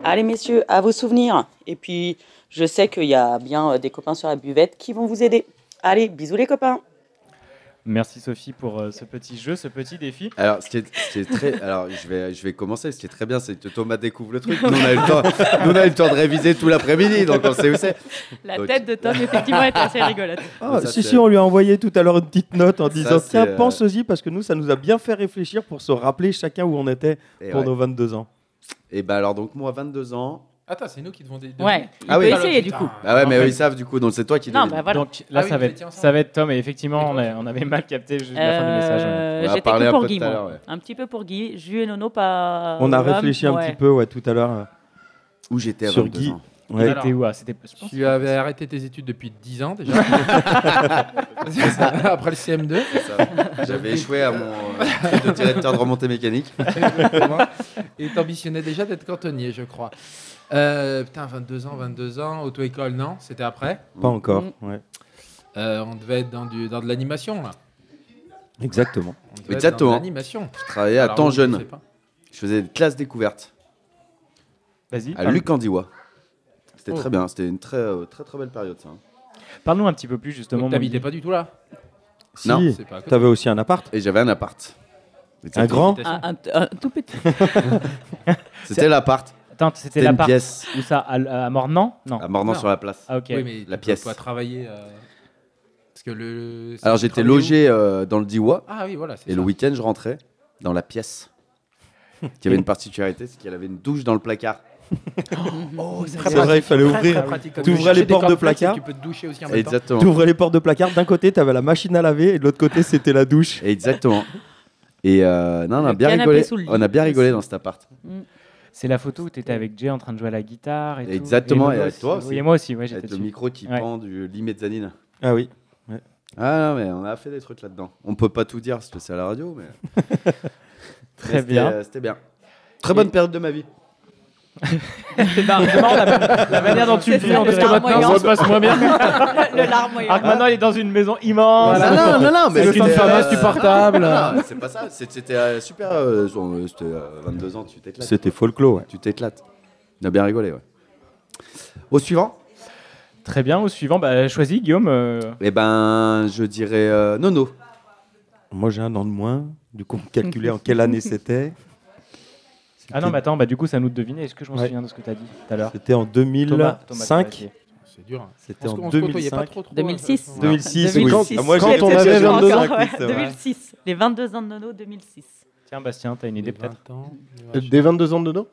K: Allez messieurs, à vos souvenirs. Et puis, je sais qu'il y a bien euh, des copains sur la buvette qui vont vous aider. Allez, bisous les copains
G: Merci Sophie pour euh, ce petit jeu, ce petit défi.
H: Alors, ce qui est, ce qui est très, alors je vais, je vais commencer. Ce qui est très bien, c'est que Thomas découvre le truc. Nous, on a eu le temps, nous, on a eu le temps de réviser tout l'après-midi, donc on sait où c'est.
A: La
H: Donc-
A: tête de Tom, effectivement, est assez rigolote.
I: Ah,
H: Ça,
I: si,
H: c'est-
I: si, on lui a envoyé tout à l'heure une petite note en disant
H: c'est,
I: Tiens,
H: euh,
I: pense-y, parce que nous, ça nous a bien fait réfléchir pour se rappeler chacun où on était
H: Et
I: pour
H: ouais.
I: nos 22 ans.
H: Et ben alors, donc moi, 22 ans.
D: Attends, c'est nous qui devons. dé-
A: Ouais,
D: dé-
A: il peut essayer du coup.
H: Ah ouais, mais
G: En
H: eux,
G: fait-
H: ils savent du coup. Donc c'est toi qui.
A: Non,
H: devine.
A: bah voilà.
G: Donc là,
A: Ah oui,
G: ça,
A: vous
G: va
A: étiez
G: être, ça va être Tom, et effectivement, on, a- on avait mal capté juste la fin du message. hein.
A: Euh,
H: On a
A: J'étais
H: parlé
A: que
H: un
A: pour
H: peu
A: Guy,
H: tout à
A: moi.
H: l'heure, ouais.
A: Un petit peu pour Guy. Jus et Nono,
D: Euh,
A: pas.
I: on a
A: Rome,
I: réfléchi un
A: ouais.
I: petit peu, ouais, tout à l'heure. euh,
H: Où j'étais
I: Sur Guy. Ouais.
G: ah,
D: Tu avais arrêté tes études depuis 10 ans déjà.
H: C'est ça.
D: Après le CM2.
H: C'est ça. Ah, J'avais échoué à mon euh, truc de directeur de remontée mécanique.
D: Exactement. Et t'ambitionnais déjà d'être cantonnier, je crois. Euh, putain, 22 ans, 22 ans, auto-école, non C'était après
I: Pas encore, ouais.
D: Euh, on devait être dans, du, dans de l'animation, là.
I: Exactement.
D: On devait être dans
H: Exactement.
D: de l'animation.
H: Je travaillais à
D: Alors,
H: temps
D: oui, je
H: jeune.
D: sais pas.
H: Je faisais une classe découverte.
G: Vas-y.
H: À
I: Ah.
G: parle-
H: Ah, Luc Andiwa. C'était
D: Oh.
H: très bien. C'était une très, euh, très, très belle période, ça.
G: Parle-nous un petit peu plus, justement.
D: Donc,
G: mon
D: t'habitais
G: Guy.
D: pas du tout là
I: Si,
H: Non.
D: C'est pas à côté.
I: t'avais aussi un appart.
H: Et j'avais un appart.
I: Un grand
A: Un, un- un tout petit.
H: C'était l'appart.
G: Attends, c'était
H: une
G: l'appart
H: pièce.
G: Où ça À, à Mornan Non.
H: À Mornan
G: Non.
H: sur la place.
G: Ah, ok.
D: Oui, mais
H: La
D: tu peux
H: pièce.
D: pas travailler. euh, Parce que le.
H: Alors j'étais
D: travaillais où
H: logé euh, dans le Diwa.
D: Ah oui, voilà, c'est
H: Et le week-end, je rentrais dans la pièce. Qui avait une particularité, c'est qu'elle avait une douche dans le placard.
D: Oh, ça,
I: C'est vrai, il fallait ouvrir.
D: pratique.
I: Tu
D: J'ai
I: ouvrais les
D: des
I: portes de
D: cornflakes et
I: placard.
D: Tu peux te doucher aussi en même temps.
H: Exactement.
I: Tu ouvrais les portes de placard. D'un côté, t'avais la machine à laver et de l'autre côté, c'était la douche.
H: Exactement. Et euh, non, on a
I: Le
H: bien
I: canapé
H: rigolé.
I: sous le lit.
H: On a bien rigolé dans cet appart.
G: C'est la photo où t'étais avec Jay en train de jouer à la guitare. Et tout.
H: Exactement.
G: Et
H: Et,
G: Nono
H: avec toi aussi.
G: Oui, et moi aussi, ouais, j'étais
H: Avec le
G: dessus.
H: micro qui
G: Ouais.
H: pend du lit mezzanine.
I: Ah oui.
H: Ah non, mais on a fait des trucs là-dedans. On peut pas tout dire parce que c'est à la radio, mais.
G: Très
H: Mais c'était,
G: bien.
H: euh, C'était bien. Très bonne période de ma vie.
G: C'est marrant, c'est marrant la, la manière dont tu le
A: C'est
G: dis,
A: ça,
G: en
A: le
G: parce que maintenant
A: larmoyant.
G: ça se passe moins bien.
A: Le larmoyant.
G: Alors que maintenant il est dans une maison immense.
H: Voilà. Oh Non, non, non, mais
G: avec une
H: c'était,
G: femme
H: euh,
G: insupportable.
H: non, non, c'est pas ça. C'est- C'était euh, super. euh, euh, c'était euh, 22 ans, tu t'éclates.
I: C'était folklore, ouais.
H: Tu t'éclates. On a bien rigolé, ouais. Au suivant
G: Très bien, au suivant, bah, choisis Guillaume. euh,
H: Eh ben, je dirais euh, Nono.
I: Moi, j'ai un an de moins. Du coup, on calculait en quelle année c'était.
G: Ah non, mais attends, bah, du coup ça nous de deviner. Est-ce que je me
I: Ouais.
G: souviens de ce que t'as dit tout à l'heure
I: C'était en 2005.
D: C'est dur. hein. On
I: C'était
D: se-
I: en
D: on se côtoyait pas
I: 2005.
D: trop, trop,
A: 2006.
D: hein, à ce moment-là.
I: 2006,
G: oui.
I: Quand- ah, moi, j'ai-
A: Peut-être
I: on
A: que
I: avait
A: je suis
I: 22 ans,
A: encore, ouais,
I: oui, c'est vrai.
A: 2006. Les 22 ans de Nono, 2006.
G: Tiens, Bastien, t'as une idée peut-être
J: euh, Des 22 ans de Nono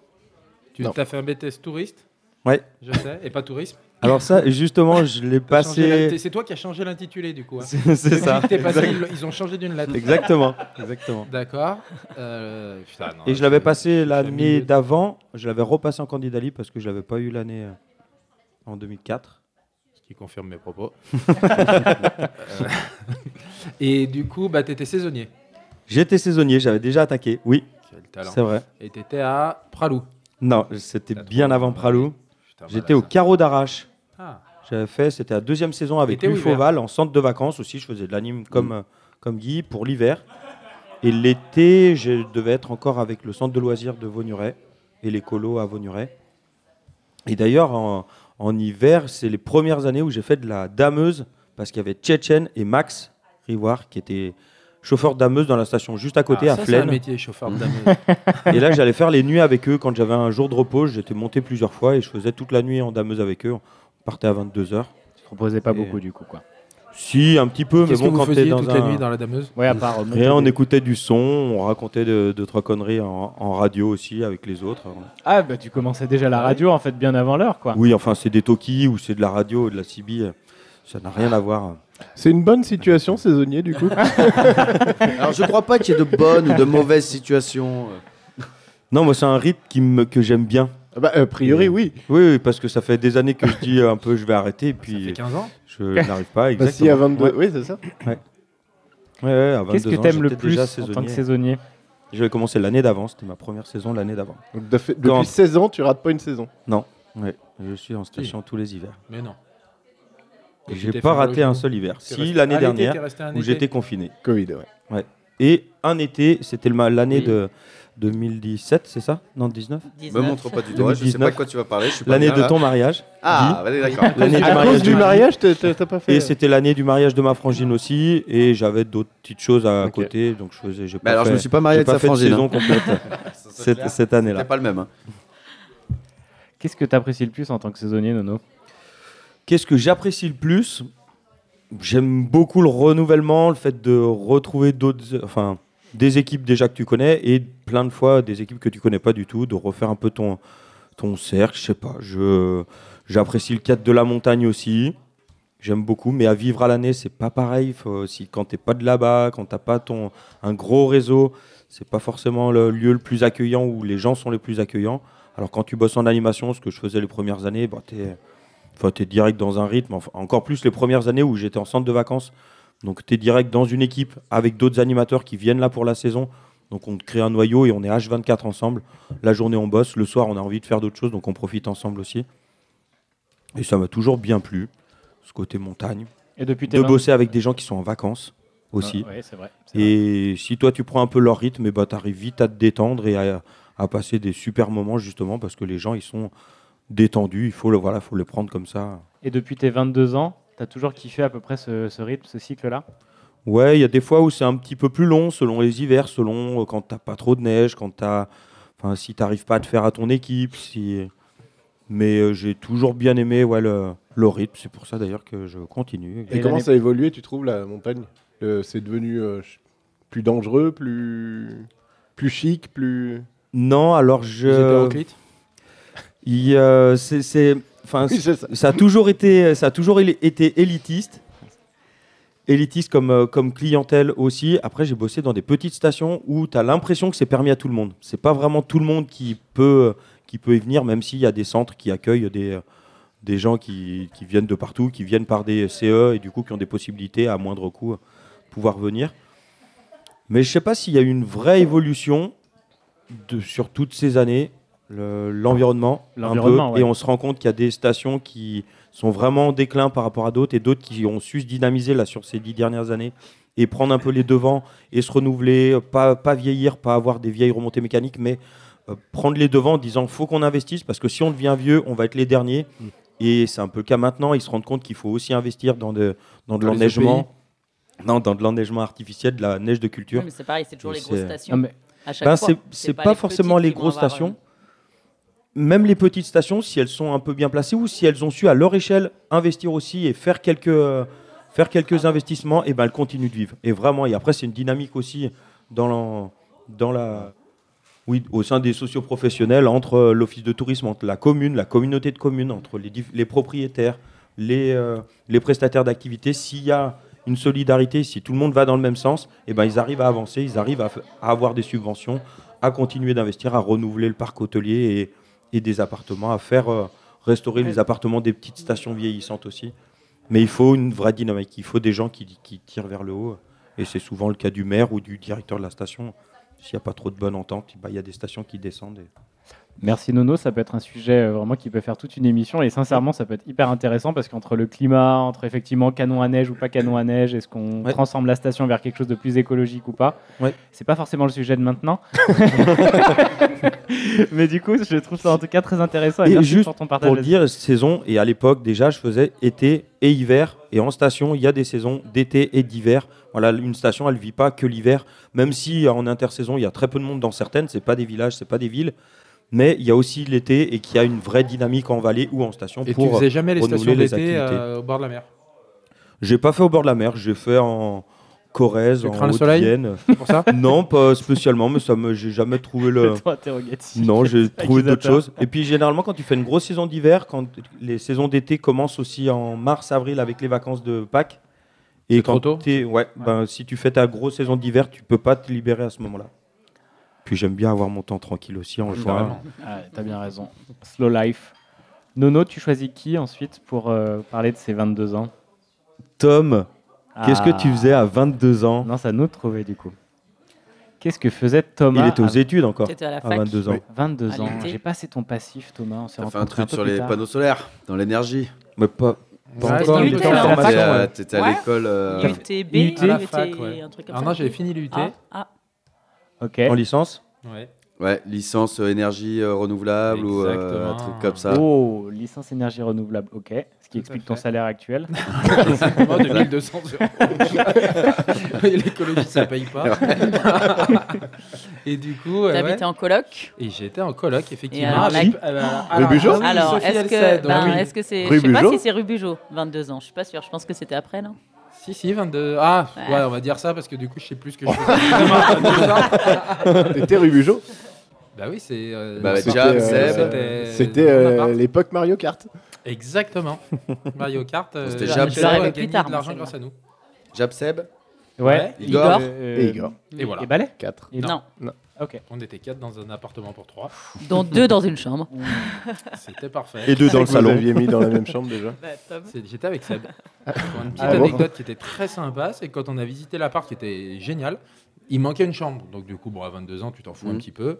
D: Tu
J: Non.
D: t'as fait un BTS touriste
I: Ouais.
D: Je sais, et pas tourisme.
I: Alors ça, justement, je l'ai
D: T'as changé l'int-
I: passé.
D: C'est toi qui as changé l'intitulé du coup. hein.
I: C'est- c'est
D: Depuis
I: ça.
D: que t'es passé,
I: Exact.
D: ils l'ont- ils ont changé d'une lettre.
I: Exactement, exactement.
D: D'accord. Euh, putain, non,
I: Et je l'avais passé l'année d'avant. Je l'avais repassé en candidat libre parce que je l'avais pas eu l'année euh, en 2004.
D: Ce qui confirme mes propos. et du coup, bah, t'étais saisonnier.
I: J'étais saisonnier, j'avais déjà attaqué. Oui,
D: talent.
I: c'est vrai.
D: Et t'étais à Pralou.
I: Non, c'était bien avant Pralou.
D: malade,
I: J'étais au carreau d'arrache.
D: Ah.
I: J'avais fait, c'était la deuxième saison avec
D: Été ou
I: Louis
D: hiver
I: Fauval en centre de vacances aussi. Je faisais de l'anime
D: Mm.
I: comme, euh, comme Guy pour l'hiver. Et l'été, je devais être encore avec le centre de loisirs de Vaunuret et les colos à Vaunuret. Et d'ailleurs, en, en hiver, c'est les premières années où j'ai fait de la dameuse parce qu'il y avait Tchétchène et Max Rivoire qui était chauffeur dameuse dans la station juste à côté
D: Ah,
I: à
D: ça, c'est
I: Flaine. Mm.
D: un métier, chauffeur dameuse.
I: et là, j'allais faire les nuits avec eux quand j'avais un jour de repos. J'étais monté plusieurs fois et je faisais toute la nuit en dameuse avec eux. Partez à 22h.
G: Tu proposais pas beaucoup du coup quoi.
I: Si, un petit peu, mais
G: Qu'est-ce
I: bon,
G: que vous
I: quand t'es
G: faisiez
I: dans
G: toute
I: un...
G: la nuit dans la Dameuse Ouais, à part, euh, monter
I: Rien, on
G: des-
I: écoutait du son, on racontait de- deux, trois conneries en, en radio aussi avec les autres.
G: Ah bah tu commençais déjà la radio en fait bien avant l'heure quoi.
I: Oui, enfin, c'est des talkies ou c'est de la radio ou de la CB, euh, ça n'a rien à voir.
J: C'est une bonne situation saisonnier du coup.
H: Alors, je crois pas qu'il y ait de bonnes ou de mauvaises situations. euh,
I: Non, moi, c'est un rythme qui me, que j'aime bien.
J: Ah bah, a priori, oui.
I: oui. Oui, parce que ça fait des années que je dis euh, un peu je vais arrêter, et puis. Ça fait
B: 15 ans
I: Je n'arrive pas, exactement.
J: Bah, si, à 22, oui, c'est ça.
I: Ouais. Ouais, ouais, à
G: Qu'est-ce
I: 22
G: que
I: ans,
G: t'aimes le
I: j'étais
G: plus
I: déjà
G: en tant que saisonnier
I: J'avais commencé l'année d'avant, c'était ma première saison l'année d'avant.
J: Donc, de fait- depuis
I: Quand-
J: 16 ans, tu rates pas une saison.
I: Non, ouais, je suis en station tous les hivers.
B: Mais non.
I: Et
B: Et
I: J'ai
B: t'es
I: pas
B: fait
I: raté
B: logement
I: un seul hiver.
B: T'es
I: Si
B: resté-
I: l'année
B: Ah, l'été, t'es
I: dernière,
B: resté un
I: où
B: été.
I: j'étais confiné.
J: Covid, ouais.
I: ouais. Et un été, c'était le ma- l'année de 2017, c'est ça Non, 19
H: Me montre pas du doigt, je sais pas de quoi tu vas parler, je
B: Bah,
H: suis pas
I: L'année
H: bien,
I: de
H: là.
I: ton mariage.
H: Ah,
I: dis.
H: allez, d'accord.
I: L'année
H: À
I: du
H: cause
I: mariage
H: du
I: de Guy.
H: mariage, t'as- t'as- t'as pas fait-
J: euh.
I: Et c'était l'année du mariage de ma frangine aussi, et j'avais d'autres petites choses à côté, donc je faisais. j'ai
H: Mais
I: pas
H: Bah, alors, je
I: fait-
H: me suis pas marié avec
I: j'ai
H: sa
I: fait de
H: frangine,
I: saison
H: hein.
I: complète
H: Ça, c'est
I: cette,
H: clair.
I: cette année-là.
H: C'était pas le même, hein.
G: Qu'est-ce que t'apprécies le plus en tant que saisonnier Nono
I: Qu'est-ce que j'apprécie le plus J'aime beaucoup le renouvellement, le fait de retrouver d'autres, enfin, des équipes déjà que tu connais et plein de fois des équipes que tu connais pas du tout, de refaire un peu ton, ton cercle. Je sais pas. Je j'apprécie le cadre de la montagne aussi. J'aime beaucoup, mais à vivre à l'année, c'est pas pareil. Faut- si quand t'es pas de là-bas, quand t'as pas ton un gros réseau, c'est pas forcément le lieu le plus accueillant où les gens sont les plus accueillants. Alors quand tu bosses en animation, ce que je faisais les premières années, bah, t'es Enfin, tu es direct dans un rythme. Enfin, encore plus les premières années où j'étais en centre de vacances. Donc, tu es direct dans une équipe avec d'autres animateurs qui viennent là pour la saison. Donc, on te crée un noyau et on est H24 ensemble. La journée, on bosse. Le soir, on a envie de faire d'autres choses. Donc, on profite ensemble aussi. Et ça m'a toujours bien plu, ce côté montagne.
G: Et depuis tes
I: De
G: vingt-
I: bosser avec des gens qui sont en vacances aussi.
G: Ah, ouais, c'est vrai,
I: Et si toi, tu prends un peu leur rythme, et bah, tu arrives vite à te détendre et à, à passer des super moments, justement, parce que les gens, ils sont détendus. Il faut, le, voilà, faut les prendre comme ça.
G: Et depuis tes 22 ans, t'as toujours kiffé à peu près ce, ce rythme, ce cycle là
I: Ouais, il y a des fois où c'est un petit peu plus long, selon les hivers, selon euh, quand t'as pas trop de neige, quand t'as, enfin, si t'arrives pas à te faire à ton équipe, si. Mais euh, j'ai toujours bien aimé ouais, le, le rythme. C'est pour ça d'ailleurs que je continue.
J: Et, comment ça a évolué, tu trouves, la montagne Euh, C'est devenu euh, ch- plus dangereux, plus, plus chic, plus.
I: Non, alors je.
J: Plus hétéroclite
I: Il, euh, c'est, c'est- enfin,
J: Oui, c'est
I: ça. a toujours été, ça a toujours éli- été élitiste, élitiste comme euh, comme clientèle aussi. Après, j'ai bossé dans des petites stations où tu as l'impression que c'est permis à tout le monde. C'est pas vraiment tout le monde qui peut euh, qui peut y venir, même s'il y a des centres qui accueillent des euh, des gens qui, qui viennent de partout, qui viennent par des CE et du coup qui ont des possibilités à moindre coût euh, pouvoir venir. Mais je sais pas s'il y a eu une vraie évolution de, sur toutes ces années, le- l'environnement, un peu,
G: L'environnement, ouais.
I: et on se rend compte qu'il y a des stations qui sont vraiment en déclin par rapport à d'autres, et d'autres qui ont su se dynamiser là sur ces dix dernières années et prendre un peu les devants et se renouveler, euh, pas, pas vieillir, pas avoir des vieilles remontées mécaniques, mais euh, prendre les devants en disant faut qu'on investisse parce que si on devient vieux, on va être les derniers. Et c'est un peu le cas maintenant. Ils se rendent compte qu'il faut aussi investir dans de, dans de
G: Dans les
I: l'enneigement. Non, dans de l'enneigement artificiel, de la neige de culture.
N: Oui, mais c'est pareil, c'est toujours
I: Et
N: les grosses stations.
I: Non, mais-
N: À chaque
I: Ben,
N: fois.
I: c'est-
N: C'est
I: C'est
N: pas
I: pas,
N: les
I: forcément
N: petites
I: les
N: qui vont
I: grosses
N: avoir
I: stations. Même les petites stations, si elles sont un peu bien placées ou si elles ont su à leur échelle investir aussi et faire quelques, euh, faire quelques
N: Ah.
I: investissements, et ben elles continuent de vivre. Et vraiment, et après, c'est une dynamique aussi dans l'en- dans la, oui, au sein des socioprofessionnels, entre euh, l'office de tourisme, entre la commune, la communauté de communes, entre les, diff- les propriétaires, les, euh, les prestataires d'activités, s'il y a une solidarité, si tout le monde va dans le même sens, eh ben, ils arrivent à avancer, ils arrivent à, f- à avoir des subventions, à continuer d'investir, à renouveler le parc hôtelier et, et des appartements, à faire euh, restaurer les appartements des petites stations vieillissantes aussi. Mais il faut une vraie dynamique, il faut des gens qui, qui tirent vers le haut. Et c'est souvent le cas du maire ou du directeur de la station. S'il n'y a pas trop de bonne entente, bah, il y a des stations qui descendent. et-
G: Merci Nono, ça peut être un sujet euh, vraiment qui peut faire toute une émission et sincèrement ça peut être hyper intéressant parce qu'entre le climat, entre effectivement canon à neige ou pas canon à neige, est-ce qu'on transforme la station vers quelque chose de plus écologique ou pas
I: Ouais.
G: C'est pas forcément le sujet de maintenant. Mais du coup, je trouve ça en tout cas très intéressant et,
I: Et
G: merci
I: juste
G: pour ton
I: pour,
G: partage. là-dessus.
I: dire saison, et à l'époque déjà, je faisais été et hiver. Et en station, il y a des saisons d'été et d'hiver. Voilà, une station, elle vit pas que l'hiver. Même si euh, en intersaison, il y a très peu de monde dans certaines, c'est pas des villages, c'est pas des villes. mais il y a aussi l'été et qu'il y a une vraie dynamique en vallée ou en station
B: Et
I: pour euh,
B: tu faisais jamais les
I: renouveler
B: stations d'été
I: activités.
B: euh, au bord de la mer.
I: J'ai pas fait au bord de la mer, j'ai fait en Corrèze,
B: Tu
I: en
B: crains le soleil
I: Haute-Vienne.
B: C'est pour ça
I: Non, pas spécialement, mais ça me, j'ai jamais trouvé le.
G: Le ton interrogatif.
I: Non, j'ai trouvé d'autres
G: Accusateur.
I: choses. Et puis généralement, quand tu fais une grosse saison d'hiver, quand les saisons d'été commencent aussi en mars, avril avec les vacances de Pâques. Et quand t'es- ouais, Ben, si tu fais ta grosse saison d'hiver, tu peux pas te libérer à ce moment-là. Puis j'aime bien avoir mon temps tranquille aussi en juin.
G: Carrément. Ouais, Ah, T'as bien raison. Slow life. Nono, tu choisis qui ensuite pour euh, parler de ses 22 ans
I: Tom, qu'est-ce que
G: Ah.
I: tu faisais à 22 ans
G: Non, ça nous trouvait du coup. Qu'est-ce que faisait Thomas
I: Il était aux
G: à-
I: études
K: euh,
I: encore, T'étais à la à fac. 22 ans.
G: Oui. 22
I: À
G: ans.
I: l'été.
G: J'ai passé ton passif, Thomas. On s'est
H: T'as fait
G: rencontrés
H: un truc
G: peu
H: sur
G: plus
H: les
G: tard.
H: panneaux solaires, dans l'énergie.
I: Mais pas.
B: Ouais, encore, c'était il était
H: T'étais
B: en
H: à-
B: formation,
H: t'étais à-
B: ouais.
H: t'étais à
B: Ouais.
H: l'école. euh,
K: UTB,
B: à la
K: UT,
B: fac, ouais.
K: un truc comme
B: Ah
K: ça.
B: non, j'avais fini l'UT.
K: Ah, ah.
G: Ok.
I: En licence
B: Ouais.
H: Ouais, licence euh, énergie euh, renouvelable ou euh, un truc comme ça.
G: Oh, licence énergie renouvelable, ok. Ce qui explique ton salaire actuel.
B: Moi, 2200 euros. L'écologie, ça paye pas. et du coup. euh,
K: T'habitais
B: ouais.
K: en coloc
B: Et j'étais en coloc, effectivement.
K: Et alors, la-
B: Je- euh, alors,
K: Bugeaud
B: ah oui,
K: Alors,
B: Sophie
K: est-ce
B: Alcède,
K: que
B: oui.
K: ben, est-ce que c'est. Je sais pas si c'est rue Bugeaud, 22 ans. Je suis pas sûre. Je pense que c'était après, non
B: Si, si, 22. Ah, ouais.
K: Ouais.
B: on va dire ça parce que du coup, je sais plus ce que je faisais.
J: Ah, T'étais rue Bugeaud
B: Bah oui, c'est. euh,
H: Bah,
B: c'était,
H: Jam,
B: euh,
H: Seb.
B: c'était-
J: C'était
B: mon
J: euh,
B: appart.
J: l'époque Mario Kart.
B: Exactement. Mario Kart. euh,
H: C'était
B: Michel
H: Jam,
B: Seb
H: Seb.
B: a
H: Plus
B: gagné
H: tard,
B: de
H: moi,
B: l'argent
H: celle-là.
B: grâce à nous.
H: Jab Seb
G: Ouais.
H: Igor.
G: euh,
B: Et voilà.
G: Et Ballet
B: Quatre.
G: Et-
B: Non.
G: Ok.
B: On était quatre dans un appartement pour trois.
K: Dont deux dans une chambre.
B: C'était parfait.
J: Et deux dans le Vous salon. l'aviez mis dans la même chambre, déjà. Bah, top.
B: C'est- J'étais avec Seb.
J: Ah.
B: Pour une petite
J: Ah bon
B: anecdote qui était très sympa, c'est que quand on a visité l'appart qui était génial, il manquait une chambre. Donc du coup, bon, à 22 ans, tu t'en fous un
H: Mhm.
B: petit peu.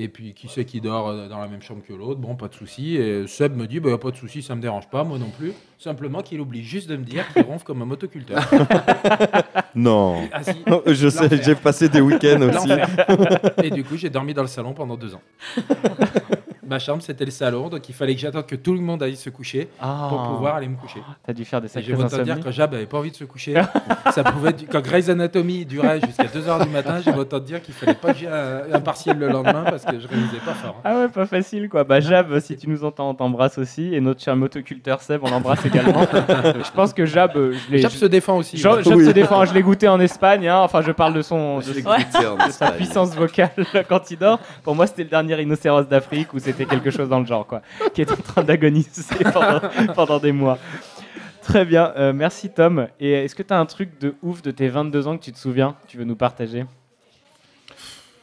B: Et puis, qui c'est qui dort euh, dans la même chambre que l'autre Bon, pas de souci. Et Seb me dit, bah, pas de souci, ça me dérange pas, moi non plus. Simplement qu'il oublie juste de me dire qu'il ronfle comme un motoculteur.
I: Non.
B: Ah, si.
I: Je sais,
B: L'enfer.
I: j'ai passé des week-ends aussi.
B: L'enfer. Et du coup, j'ai dormi dans le salon pendant deux ans. Ma chambre, c'était le salon, donc il fallait que j'attende que tout le monde aille se coucher
G: Ah.
B: pour pouvoir aller me coucher.
G: T'as dû faire des
B: Et
G: sacrés
B: Je vais autant dire
G: insomnies.
B: que Jab avait pas envie de se coucher. ça pouvait du- Quand Grey's Anatomy durait jusqu'à 2h du matin, je vais autant dire qu'il fallait pas que j'ai un, un partiel le lendemain parce que je réalisais pas fort.
G: Ah ouais, pas facile quoi. Bah Jab, si tu nous entends, on t'embrasse aussi. Et notre cher motoculteur Seb, on l'embrasse également. je pense que Jab, euh, je l'ai-
B: Jab se défend aussi.
G: Jab, Jab
B: Oui.
G: se défend. Je l'ai goûté en Espagne. hein. Enfin, je parle de son, de,
B: Je l'ai
G: son-
B: goûté en
G: de sa
B: Espagne.
G: puissance vocale quand il dort. Pour moi, c'était le dernier rhinocéros d'Afrique ou c'était quelque chose dans le genre quoi, qui est en train d'agoniser pendant, pendant des mois. Très bien, Euh, merci Tom. Et est-ce que tu as un truc de ouf de tes 22 ans que tu te souviens, que tu veux nous partager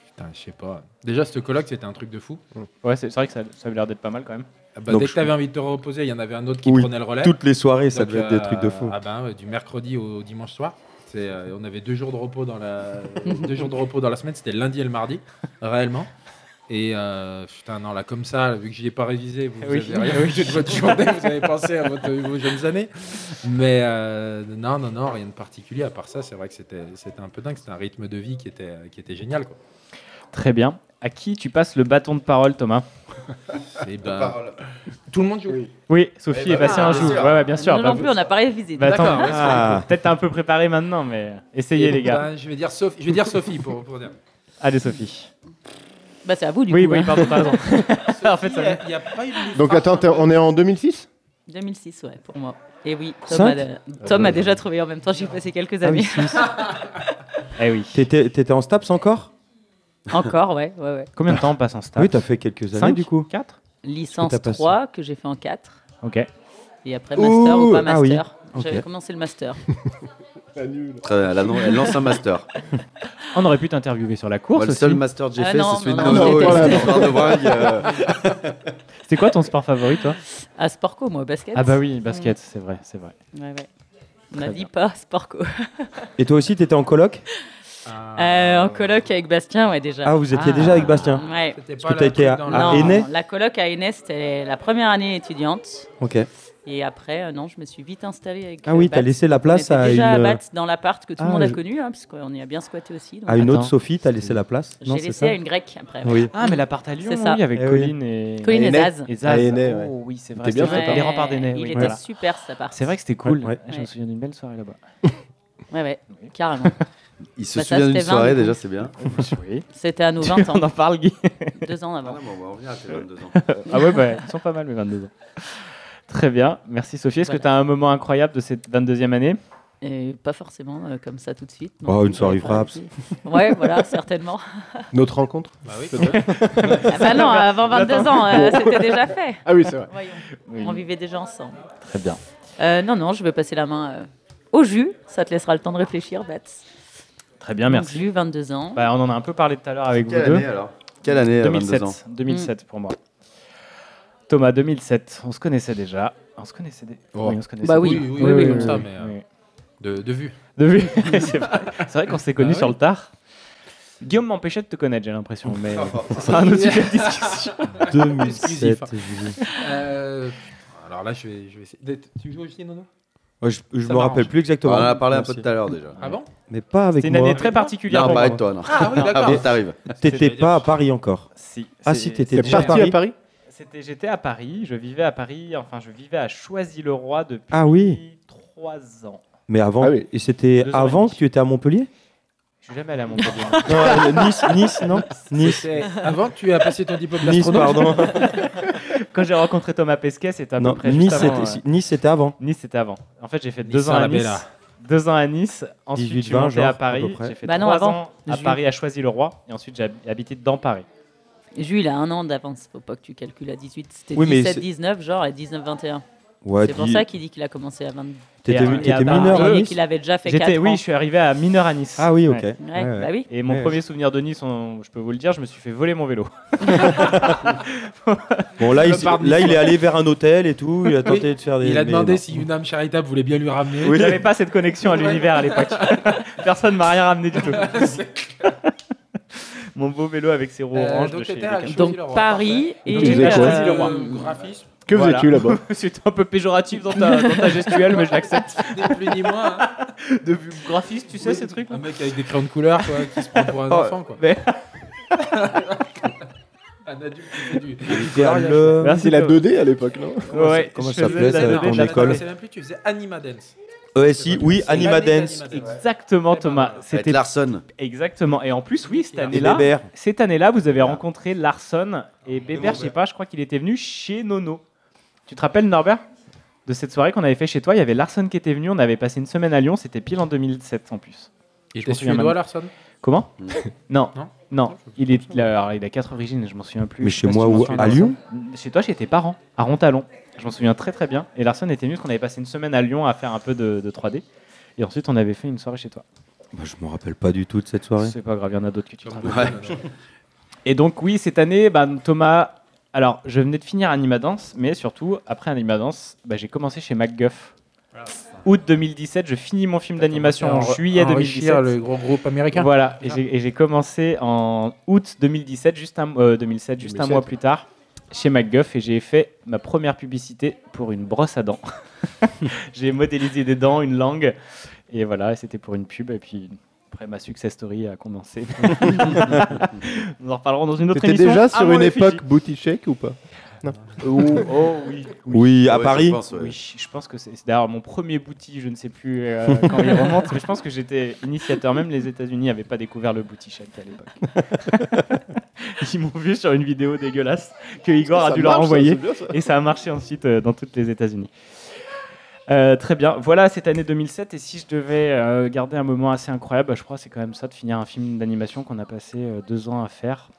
B: Putain, je sais pas. Déjà, ce colloque, c'était un truc de fou.
G: Ouais, c'est c'est vrai que ça, ça avait l'air d'être pas mal quand même.
B: Ah bah,
I: Donc,
B: dès que
I: je-
B: tu avais envie de te reposer, il y en avait un autre qui
I: Oui,
B: prenait le relais.
I: toutes les soirées, ça devait être des trucs de fou.
H: euh,
B: Ah ben, ouais, du mercredi au dimanche soir. C'est, euh, on avait deux jours de repos dans la deux jours de repos dans la semaine. C'était le lundi et le mardi, réellement. Et euh, putain non là comme ça, vu que j'y ai pas révisé, vous, vous
G: Oui.
B: avez rien
G: Oui.
B: fait de votre journée, vous avez pensé à votre- vos jeunes années. Mais euh, non non non rien de particulier. À part ça, c'est vrai que c'était c'était un peu dingue. C'était un rythme de vie qui était qui était génial quoi.
G: Très bien. À qui tu passes le bâton de parole, Thomas
H: Ah,
B: Et ben, tout le monde joue.
G: Oui, Sophie et Bastien jouent. Ouais, ouais, bien sûr.
K: Nous
G: Bah,
K: non plus, on n'a pas révisé.
G: Bah, attends,
B: D'accord, ouais, c'est
G: ah,
B: cool.
G: peut-être t'es un peu préparé maintenant, mais essayez
B: Et
G: les gars.
B: ben, je vais dire Sophie, je vais dire Sophie pour, pour dire.
G: Allez Sophie.
K: Bah, c'est à vous du
G: oui,
K: coup.
G: Oui,
K: hein.
G: pardon, pardon. en fait, ça...
B: Il n'y a pas eu de
J: Donc attends, t'es- on est en 2006
K: 2006, ouais, pour moi. Et oui, Tom,
J: Cinq
K: a, Tom
J: Euh,
K: a déjà trouvé en même temps, j'ai passé quelques
I: Ah
K: années.
G: Eh oui.
I: T'étais t'étais en STAPS encore
K: Encore, ouais, ouais, ouais.
G: Combien de temps on passe en STAPS
I: Oui, t'as fait quelques années
G: Cinq
I: du coup.
G: 4
K: Licence
I: t'as passé
K: 3 que j'ai fait en 4.
G: Ok.
K: Et après, master
I: Ouh,
K: ou pas
I: ah oui,
K: master. J'avais
I: ok.
K: commencé le master.
H: Très bien, elle annon- elle lance un master.
G: On aurait pu t'interviewer sur la course.
H: Ouais, le
G: aussi.
H: seul master que j'ai Ah fait, non, c'est celui non, de
K: non, Nono,
H: et l'histoire de Braille, euh.
G: C'était quoi ton sport favori, toi
K: À Sportco, moi, basket.
G: Ah bah oui, basket, c'est vrai, c'est vrai.
K: Ouais, ouais. On n'a
G: Très
K: dit pas Sportco.
I: Et toi aussi, t'étais en coloc
K: Euh, en coloc avec Bastien, ouais, déjà.
I: Ah, vous étiez déjà avec Bastien
K: Ouais.
I: Parce que t'as été à, à
K: Non,
I: Aîné
K: La coloc à Aîné, c'était la première année étudiante.
I: Ok.
K: Et après, euh, non, je me suis vite installée avec.
I: Ah oui,
K: euh,
I: t'as
K: Bat.
I: laissé la place
K: On était
I: à
K: déjà
I: une- euh,
K: à Bat, dans l'appart que tout le
I: Ah,
K: monde a
I: je-
K: connu, hein, puisqu'on y a bien squatté aussi. donc-
I: À une autre
K: Attends.
I: Sophie, t'as laissé la place
K: J'ai
I: Non, c'est
K: laissé
I: ça
K: à une grecque après.
I: Oui.
G: Ah, mais l'appart à Lyon,
K: C'est ça.
G: oui, avec
I: Eh oui.
G: Colline et...
K: Colline et
G: Aîné.
K: Zaz.
G: Et Zaz.
I: À Aîné, ouais.
G: Oh, oui, c'est vrai.
I: T'es bien
G: c'est vrai.
I: fait,
G: Les
I: hein.
G: remparts d'Aîné.
K: Il
G: oui,
K: était
G: voilà.
K: super, cet appart.
G: C'est vrai que c'était cool.
K: Ouais.
G: Je me souviens d'une belle soirée là-bas.
K: Ouais, ouais, carrément.
H: Il se
K: Bah, ça,
H: souvient d'une
K: c'était 20,
H: soirée,
K: du coup.
H: déjà, c'est bien.
K: C'était à nos 20 ans.
G: On en parle, Guy.
K: Deux ans avant.
H: on va revenir à tes 22 ans.
G: ah ouais, bah, ils sont pas mal, mes 22 ans. Très bien. Merci, Sophie. Est-ce que tu as un moment incroyable de cette 22e année
K: Et pas forcément euh, comme ça tout de suite. euh,
G: Oh,
K: non.
G: une soirée
K: J'aurais pas
G: frappe.
K: dit. Ouais, voilà, certainement.
J: Notre rencontre
B: Bah oui.
K: Ah bah non, avant 22 ans, euh,
J: Bon.
K: c'était déjà fait.
J: Ah oui, c'est vrai.
K: Voyons,
J: Oui.
K: On vivait déjà ensemble.
G: Très bien.
K: Euh, non, non, je vais passer la main euh, au jus. Ça te laissera le temps de réfléchir, Bats.
G: Très bien, Ah, merci.
K: Jus, 22 ans.
G: Bah, on en a un peu parlé tout à l'heure avec
H: Quelle
G: vous deux.
H: année, alors Quelle année, à
G: 2007.
H: 22 ans
G: 2007 pour moi. Thomas, 2007. On se connaissait déjà. On se connaissait déjà.
B: Oh.
G: Oui, on se connaissait.
B: Bah oui,
G: déjà.
B: oui, oui, oui, comme ça, mais, euh, de- de vue.
G: De vue. c'est vrai, c'est vrai qu'on s'est
B: Bah
G: connus
B: oui.
G: sur le tard. Guillaume m'empêchait de te connaître, j'ai l'impression, mais ça sera un autre sujet de discussion.
B: Exclusif. Euh, alors là, je vais, je vais essayer. d'être- Tu joues aussi, Nono
I: Ouais, je je
B: Ça
I: me rappelle
B: m'arrange.
I: plus exactement.
H: On en a parlé un
I: Merci.
H: peu tout à l'heure, déjà.
B: Ah bon
I: Mais pas avec
G: C'est
I: moi.
G: une année très particulière.
H: Non,
G: pour moi.
H: pas avec toi, non. Ah oui, d'accord. Mais t'arrives.
I: T'étais pas à Paris encore.
G: Si.
I: Ah
G: c'est-
I: si, t'étais
G: c'est
I: déjà
G: parti à Paris C'était, j'étais à Paris, je vivais à Paris, enfin je vivais à Choisy-le-Roi depuis
I: Ah oui.
G: trois ans.
I: Mais avant,
G: Ah oui.
I: et c'était
G: Deux ans et
I: avant que tu étais à Montpellier
G: Je suis jamais allé à Montpellier.
I: Non, euh, Nice, Nice, non Nice.
B: C'était Avant que tu aies passé ton diplôme
I: Nice,
B: d'astronaute.
I: pardon.
G: Quand j'ai rencontré Thomas Pesquet, c'était à
I: Non,
G: peu près
I: Nice,
G: juste avant,
I: c'était-
G: euh,
I: si- Nice, c'était avant.
G: Nice, c'était avant. En fait, j'ai fait
I: Nice,
G: deux ans
I: à
G: à
I: la
G: Nice.
I: Bella.
G: Deux ans à Nice. Ensuite,
I: 18,
G: je suis monté
I: 20, genre,
G: à
I: à peu
G: Paris.
I: près.
G: J'ai fait
K: Bah non,
G: trois
K: avant.
G: ans à
K: Ju-
G: Paris, à Choisy-le-Roi. Et ensuite, j'ai hab- habité dans Paris.
K: Jus, il a un an d'avance. Faut pas que tu calcules à 18. C'était
I: Oui, mais
K: 17,
I: c'est-
K: 19, genre, et 19, 21.
I: Ouais,
G: Bah,
K: c'est pour
I: dis-
K: ça qu'il dit qu'il a commencé à 22.
I: T'étais-
K: Et à-
I: t'étais
K: et à
I: mineur à
K: Paris, et
I: Nice
K: qu'il avait déjà fait 4
G: J'étais,
K: ans.
G: oui, je suis arrivé à mineur à Nice.
I: Ah oui, ok.
G: Ouais.
K: Ouais, Ouais, ouais. bah oui.
G: Et mon
I: Ouais,
G: premier souvenir de Nice, on- je peux vous le dire, je me suis fait voler mon vélo.
I: Bon, là,
G: Je
I: il,
G: le pars de
I: là,
G: Nice.
I: il est allé vers un hôtel et tout. Il a tenté
B: Oui.
I: de faire des.
B: Il a
I: mais
B: demandé
I: non.
B: si une âme charitable voulait bien lui ramener.
G: Oui, j'avais pas cette connexion à
B: Ouais.
G: l'univers à l'époque. Personne m'a rien ramené du tout. Mon beau vélo avec ses roues
B: Euh,
G: oranges
B: donc
G: de chez
B: t'étais à
G: les Cachemires.
K: Donc Paris
G: Donc,
K: et.
G: j'étais à
K: euh,
G: Choisy-le-Roi.
B: graphisme.
J: Que faisais-tu là-bas
G: C'était un peu péjoratif dans ta, dans ta gestuelle, mais je l'accepte.
B: Ni plus ni moins. hein.
G: De graphiste, tu sais, ces trucs
B: Un mec avec des crayons de couleur, quoi, qui se prend pour un
G: Oh,
B: enfant, quoi.
G: mais-
B: un adulte qui fait du.
I: le-
B: Merci,
J: C'est la
B: Thomas.
J: 2D à l'époque, non
G: Ouais, ouais,
I: comment
G: je
I: ça
G: faisais la
I: s'appelait, ça,
G: BD
I: ton
G: de la
I: école
G: Thames.
B: C'est même plus, tu faisais Anima Dance.
I: ESI, oui, Anima Dance.
B: Eh ben,
G: Exactement, Thomas.
H: Avec Larson.
G: Exactement. Et en plus, oui, cette année-là,
I: Bébert.
G: cette année-là, vous avez rencontré Larson et Bébert, je sais pas, je crois qu'il était venu chez Nono. Tu te rappelles, Norbert de cette soirée qu'on avait fait chez toi, il y avait Larson qui était venu, on avait passé une semaine à Lyon, c'était pile en 2007 en plus.
B: Il
G: Je m'en
B: était
G: souviens maintenant.
B: suédois, Larson
G: Comment
B: Mm.
G: Non,
B: Non
G: non, il, est, il a- alors, il a quatre origines, je m'en souviens plus.
I: Mais
G: Je sais
I: chez
G: pas
I: moi
G: tu m'en
I: ou
G: souviens,
I: à
G: Larson.
I: Lyon
G: Chez toi, chez tes parents, à Rontalon. Je m'en souviens très très bien. Et Larson était venu parce qu'on avait passé une semaine à Lyon à faire un peu de, de 3D. Et ensuite, on avait fait une soirée chez toi.
I: Bah, je me rappelle pas du tout de cette soirée.
G: C'est pas grave, il y en a d'autres que tu te
B: Comme
G: rappelles.
B: beaucoup, Ouais.
G: Et donc, oui, cette année, bah, Thomas. Alors, je venais de finir Animadance, mais surtout, après Animadance, bah, j'ai commencé chez MacGuff. Août 2017, je finis mon film d'animation en
B: Ah. commencé à en-
G: juillet
B: enrichir
G: 2017.
B: le gros groupe américain.
G: Voilà, et j'ai- et j'ai commencé en août 2017, juste un, euh, 2007, juste un
B: 2007.
G: mois plus tard, chez MacGuff, et j'ai fait ma première publicité pour une brosse à dents. j'ai modélisé des dents, une langue, et voilà, et c'était pour une pub, et puis après ma success story a commencé. Nous en reparlerons dans une autre
J: T'étais
G: émission.
J: déjà
G: à
J: sur
G: mon
J: une
G: effigie.
J: époque booty shake ou pas Non.
G: Oh oui.
I: Oui, à
H: Ouais,
I: Paris.
H: je pense, ouais.
G: Oui, je pense que c'est c'est d'ailleurs mon premier bouti, je ne sais plus euh, quand il remonte, mais je pense que j'étais initiateur. Même les États-Unis n'avaient pas découvert le bouti shack à l'époque. Ils m'ont vu sur une vidéo dégueulasse que Igor a
I: Ça
G: dû leur
I: marche, ça,
G: envoyer,
I: c'est bien, ça.
G: et ça a marché ensuite euh, dans toutes les États-Unis. Euh, très bien, voilà cette année 2007. Et si je devais euh, garder un moment assez incroyable, bah, je crois que c'est quand même ça de finir un film d'animation qu'on a passé euh, deux ans à faire.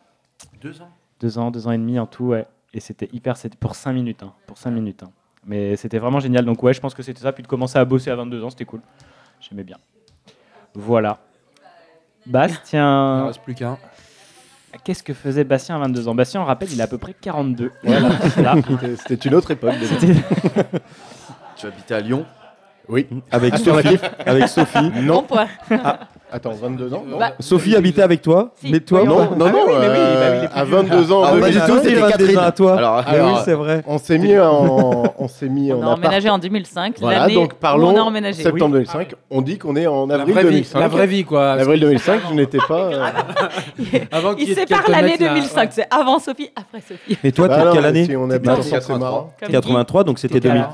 B: Deux ans
G: Deux ans, deux ans et demi en tout, ouais. Et c'était hyper, c'était pour cinq minutes, hein, pour cinq minutes. hein. Mais c'était vraiment génial. Donc ouais, je pense que c'était ça. Puis de commencer à bosser à 22 ans, c'était cool. J'aimais bien. Voilà.
B: Il en
G: Bastien,
B: reste plus qu'un.
G: qu'est-ce que faisait Bastien à 22 ans Bastien, on rappelle, il a à peu près 42.
J: Voilà.
G: Là.
J: C'était- C'était une autre époque. déjà.
G: C'était-
H: Tu habitais à Lyon
J: Oui.
I: Avec
J: Ah, sur la
I: Sophie.
J: cliff.
I: avec Sophie.
J: Non.
K: point.
J: Attends, 22 ans non.
K: Bah,
I: Sophie habitait avec toi, bah, mais toi
J: non, non, non, euh, à 22 ans,
I: Ah,
J: en
I: pas du tout,
J: 2001,
I: c'était
J: il y avait
I: Catherine.
J: des ans à toi.
I: Alors,
J: Ah oui,
I: alors,
J: c'est vrai. On s'est mis en, on s'est mis
K: On
J: en
K: a emménagé en 2005.
J: Voilà,
K: l'année
J: donc
K: où
J: parlons.
K: On a emménagé.
J: Septembre 2005. On dit qu'on est en avril
B: vraie vie,
J: 2005.
B: la vraie vie, quoi.
J: Avril 2005, je n'étais pas. euh,
B: Avant qu'il y
K: Il
B: ait
K: sépare
B: quelques
K: l'année
B: mecs, là,
K: 2005. C'est avant Sophie, après Sophie.
I: Et toi, t'es
J: Bah
I: de
J: non,
I: quelle
J: mais
I: année
J: si on
I: T'es
J: habite
I: de
J: ensemble, c'est marrant.
I: 83, donc c'était
K: T'étais à-
I: 2000.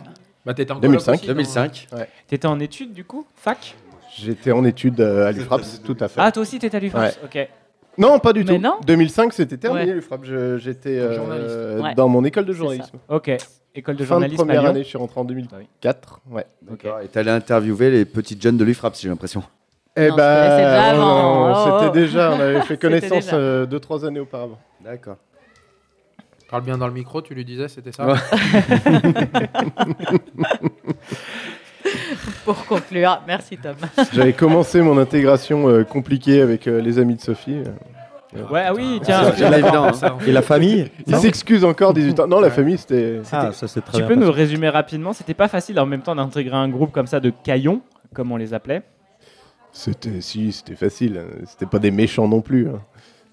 B: Bah, t'étais en coloc
J: 2005.
B: aussi, dans-
H: 2005.
J: Ouais.
G: T'étais en études du coup Fac
J: J'étais en études euh, à l'UFRAPS, tout à fait.
G: Ah, toi aussi, t'étais à l'UFRAPS, ok.
J: Non, pas du tout.
G: non.
J: 2005, c'était terminé
G: Ouais.
J: l'UFRAP. Je- J'étais euh,
G: journaliste. Ouais.
J: dans mon école de
G: C'est
J: journalisme.
G: ça. Ok, école de
J: Fin
G: journalisme à
J: de première
G: Lyon.
J: année, je suis rentré en 2004. Ouais.
H: D'accord. Et t'allais interviewer les petites jeunes de l'UFRAP, si j'ai l'impression. Non,
J: Eh
H: on se
J: ben,
H: connaissait déjà
J: on- on-
H: avant.
J: on
H: Oh,
J: s'était
H: oh.
J: déjà, on avait fait
H: C'était
J: connaissance
H: déjà.
J: 2-3 années auparavant.
H: D'accord.
B: Parle bien dans le micro, tu lui disais, c'était ça
J: Ouais.
K: Pour conclure, merci Tom.
J: J'avais commencé mon intégration euh, compliquée avec euh, les amis de Sophie. euh, euh,
G: Ouais, ah oui, tiens.
J: C'est pas évident, hein.
I: Et la famille
J: Il s'excuse encore 18 ans. Non, la famille, c'était.
I: Ah, ça, c'est très
G: Tu
I: bien
G: peux nous
I: passé.
G: résumer rapidement C'était pas facile en même temps d'intégrer un groupe comme ça de caillons, comme on les appelait.
J: C'était si, c'était facile. hein. C'était pas des méchants non plus, hein.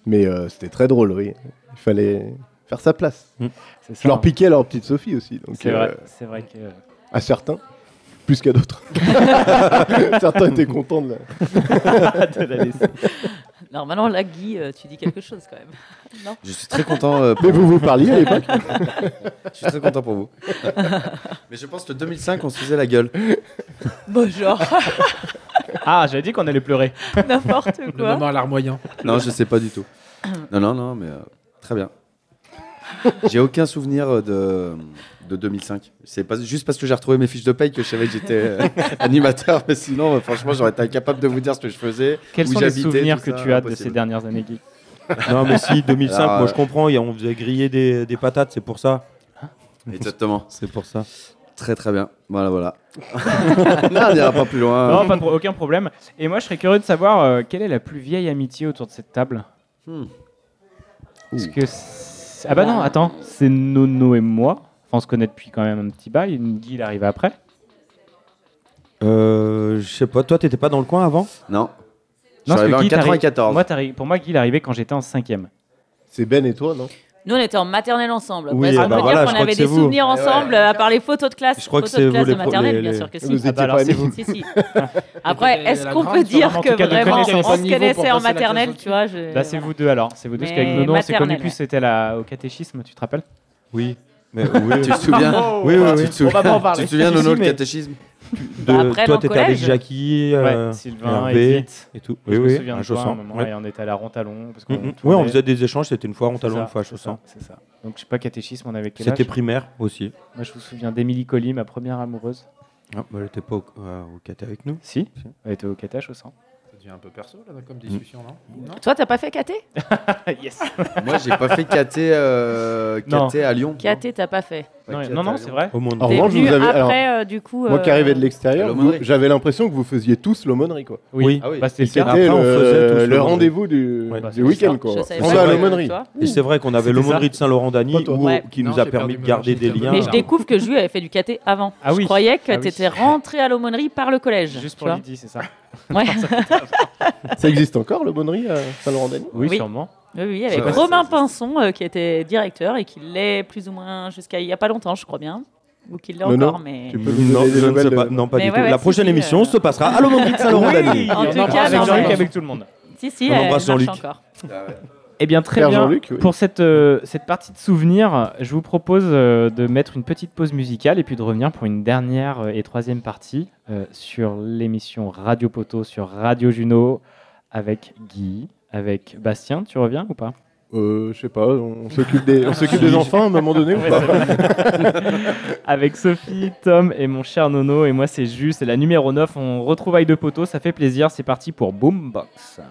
J: mais euh, c'était très drôle. Oui, il fallait faire sa place.
G: C'est ça.
J: Je leur piquais leur petite Sophie aussi. donc,
G: C'est
J: euh,
G: vrai, c'est vrai que.
J: À certains, plus qu'à d'autres. certains étaient contents de la.
K: De la laisser. Normalement, là, Guy, euh, tu dis quelque chose quand même. Non
H: Je suis très content. euh, pour
J: Mais vous vous parliez à l'époque
H: Je suis très content pour vous. Mais je pense que 2005, on se faisait la gueule.
K: Bonjour.
G: ah, j'avais dit qu'on allait pleurer.
K: N'importe quoi.
B: Le moment alarmoyant.
H: Non, je sais pas du tout. Non, non, non, mais euh, très bien. J'ai aucun souvenir euh, de, de 2005. C'est pas, juste parce que j'ai retrouvé mes fiches de paye que je savais que j'étais euh, animateur, mais sinon, euh, franchement, j'aurais été incapable de vous dire ce que je faisais.
G: Quels
H: où
G: sont les
H: j'habitais,
G: souvenirs
H: tout
G: que
H: ça,
G: tu as de
H: impossible.
G: ces dernières années, Guy
I: Non, mais si, 2005,
H: Alors,
I: moi
H: euh,
I: je comprends, il y a- on faisait griller des, des patates, c'est pour ça.
H: Exactement.
I: C'est pour ça.
H: Très, très bien. Voilà, voilà. non, on n'ira pas plus loin.
G: Non, pas de pro- aucun problème. Et moi, je serais curieux de savoir euh, quelle est la plus vieille amitié autour de cette table
H: Hmm.
G: Parce que c'est- Ah bah non, attends, c'est Nono et moi. Enfin, on se connaît depuis quand même un petit bail. Guy, il arrive après.
I: Euh, je sais pas, toi t'étais pas dans le coin avant
H: Non.
G: Non, parce que Guy, t'arrives-
I: 94.
G: Moi, t'arrives- pour moi, Guy, il arrivait quand j'étais en 5
J: C'est Ben et toi, non
K: Nous, on était en maternelle ensemble.
G: Oui,
K: Après, ça
G: ah bah
K: veut
G: voilà,
K: dire
G: je
K: qu'on
G: crois
K: avait
G: que c'est
K: des
G: vous.
K: souvenirs
G: Eh ouais.
K: ensemble, euh, à part les photos de classe.
I: Je crois que
K: Photos
I: c'est
K: de classe
I: vous,
K: de
I: les
K: maternelle,
I: pro-
K: bien
I: les-
K: sûr que si.
I: Vous étiez
K: Ah bah
I: pas
K: alors,
I: amis.
K: c'est vous. Si, si. Après,
B: C'était
K: est-ce
B: la
K: qu'on
B: grande
K: peut dire
B: différence, en
K: que
B: tout cas, de
K: vraiment
B: connaissance. Pas
K: on
B: de
K: se
B: niveau pour
K: connaissait en
B: passer la classe
K: maternelle,
B: au-dessus.
K: tu vois je-
G: Là, c'est vous deux alors. C'est vous deux, parce qu'avec
K: Mais
G: Nono, on s'est connus
K: maternelle,
G: plus,
K: ouais.
G: c'était la... au catéchisme, tu te rappelles
I: Oui. Mais oui.
H: Tu te souviens Ah,
G: Oh,
I: Oui, oui, oui.
H: Tu te souviens,
G: On va pas en parler.
H: tu te souviens
G: Si, si,
H: Nono, le
G: mais-
H: catéchisme
I: De-
G: Bah, après, dans
I: toi,
G: le
I: t'étais avec
G: collège.
I: Jackie, euh,
G: ouais, Sylvain,
I: Hervé
G: Edith
I: et tout.
G: Oui,
I: Oui,
G: je me
I: oui,
G: souviens
I: un
G: de toi, à un
I: Chausson,
G: moment,
I: ouais.
G: et euh, on était à la Rontalon. Parce qu'on
I: Mhm.
G: tournait.
I: Ouais, on faisait des échanges, c'était une fois à Rontalon,
G: C'est
I: une fois à
G: ça,
I: Chausson.
G: C'est ça. Donc, je sais pas, catéchisme, on avait quel
I: C'était
G: âge
I: primaire aussi.
G: Moi, je me souviens d'Émilie Colli, ma première amoureuse.
I: Ah, bah, elle était pas au, euh, au caté avec nous
G: Si. Elle était au caté à Chausson.
B: Ça devient un peu perso, là, comme discussion, non Non
K: Toi, t'as pas fait KT
G: Yes
H: Moi, j'ai pas fait caté, euh,
G: Non.
H: caté à Lyon.
K: KT, t'as pas fait.
G: Non, non, non, c'est vrai.
I: Au monde.
J: En
K: T'es
J: revanche,
K: venu
J: vous avez. alors,
K: après, euh, du coup.
J: Moi qui
K: euh,
J: arrivais de l'extérieur, vous-
H: l'aumônerie.
J: j'avais l'impression que vous faisiez tous l'aumônerie. quoi.
G: Oui,
I: Oui.
G: Bah, c'était le
J: C'était
G: cas.
I: Après, on faisait tous
J: le, le
I: l'aumônerie.
J: rendez-vous du,
I: Ouais.
J: du
I: Bah, c'est
J: week-end.
I: ça.
J: quoi.
K: Je savais
J: On
K: pas
J: va à
K: que-
J: l'aumônerie.
K: toi.
I: Et c'est vrai qu'on avait l'aumônerie de Saint-Laurent-Dany
J: Pas toi.
I: où-
K: Ouais.
I: qui
B: Non,
I: nous a
B: j'ai
I: permis
B: perdu
I: de
B: mon
I: garder des
B: logiciel.
I: liens.
K: Mais je découvre que Jules avait fait du KT avant.
G: Ah oui.
K: Je croyais que
G: Ah oui.
K: t'étais rentré à l'aumônerie par le collège.
G: Juste
K: tu
G: pour
K: vois.
G: Lydie, c'est ça
K: Ouais.
J: Ça existe encore, l'aumônerie à Saint-Laurent-Dany
G: Oui,
K: Oui.
G: sûrement.
K: Oui, oui,
G: Je sais
K: avec
G: pas si
K: Romain Pinson, euh, qui était directeur et qui l'est plus ou moins jusqu'à il n'y a pas longtemps, je crois bien. Ou qu'il l'est
J: Non, non,
K: encore, mais.
J: tu peux nous
I: Non,
J: donner des
I: je ne sais
J: nouvelles
I: pas,
J: de-
I: non, pas
K: Mais
I: du
K: ouais,
I: tout.
K: ouais,
I: La
K: si,
I: prochaine
K: si,
I: émission
K: euh.
I: se passera à l'aumônerie de Saint-Laurent-Dany.
K: En
G: Et
K: tout
G: on en
K: cas,
G: parle avec
K: non,
G: Jean-Luc,
K: mais-
G: avec tout le monde.
K: Si, si,
I: On
K: elle
I: embrasse
K: marche
I: Jean-Luc.
K: encore.
G: Eh bien, très
J: Père
G: bien.
J: Jean-Luc, oui.
G: Pour cette, euh, cette partie de souvenir, je vous propose euh, de mettre une petite pause musicale et puis de revenir pour une dernière euh, et troisième partie euh, sur l'émission Radio Poteau sur Radio Juno avec Guy, avec Bastien. Tu reviens ou pas
J: Euh, Je sais pas, on s'occupe des, on s'occupe des enfants à un moment donné ou
G: Ouais,
J: pas
G: c'est- Avec Sophie, Tom et mon cher Nono. Et moi, c'est Jus, c'est la numéro 9. On retrouve Aïe de Poteau, ça fait plaisir. C'est parti pour Boombox.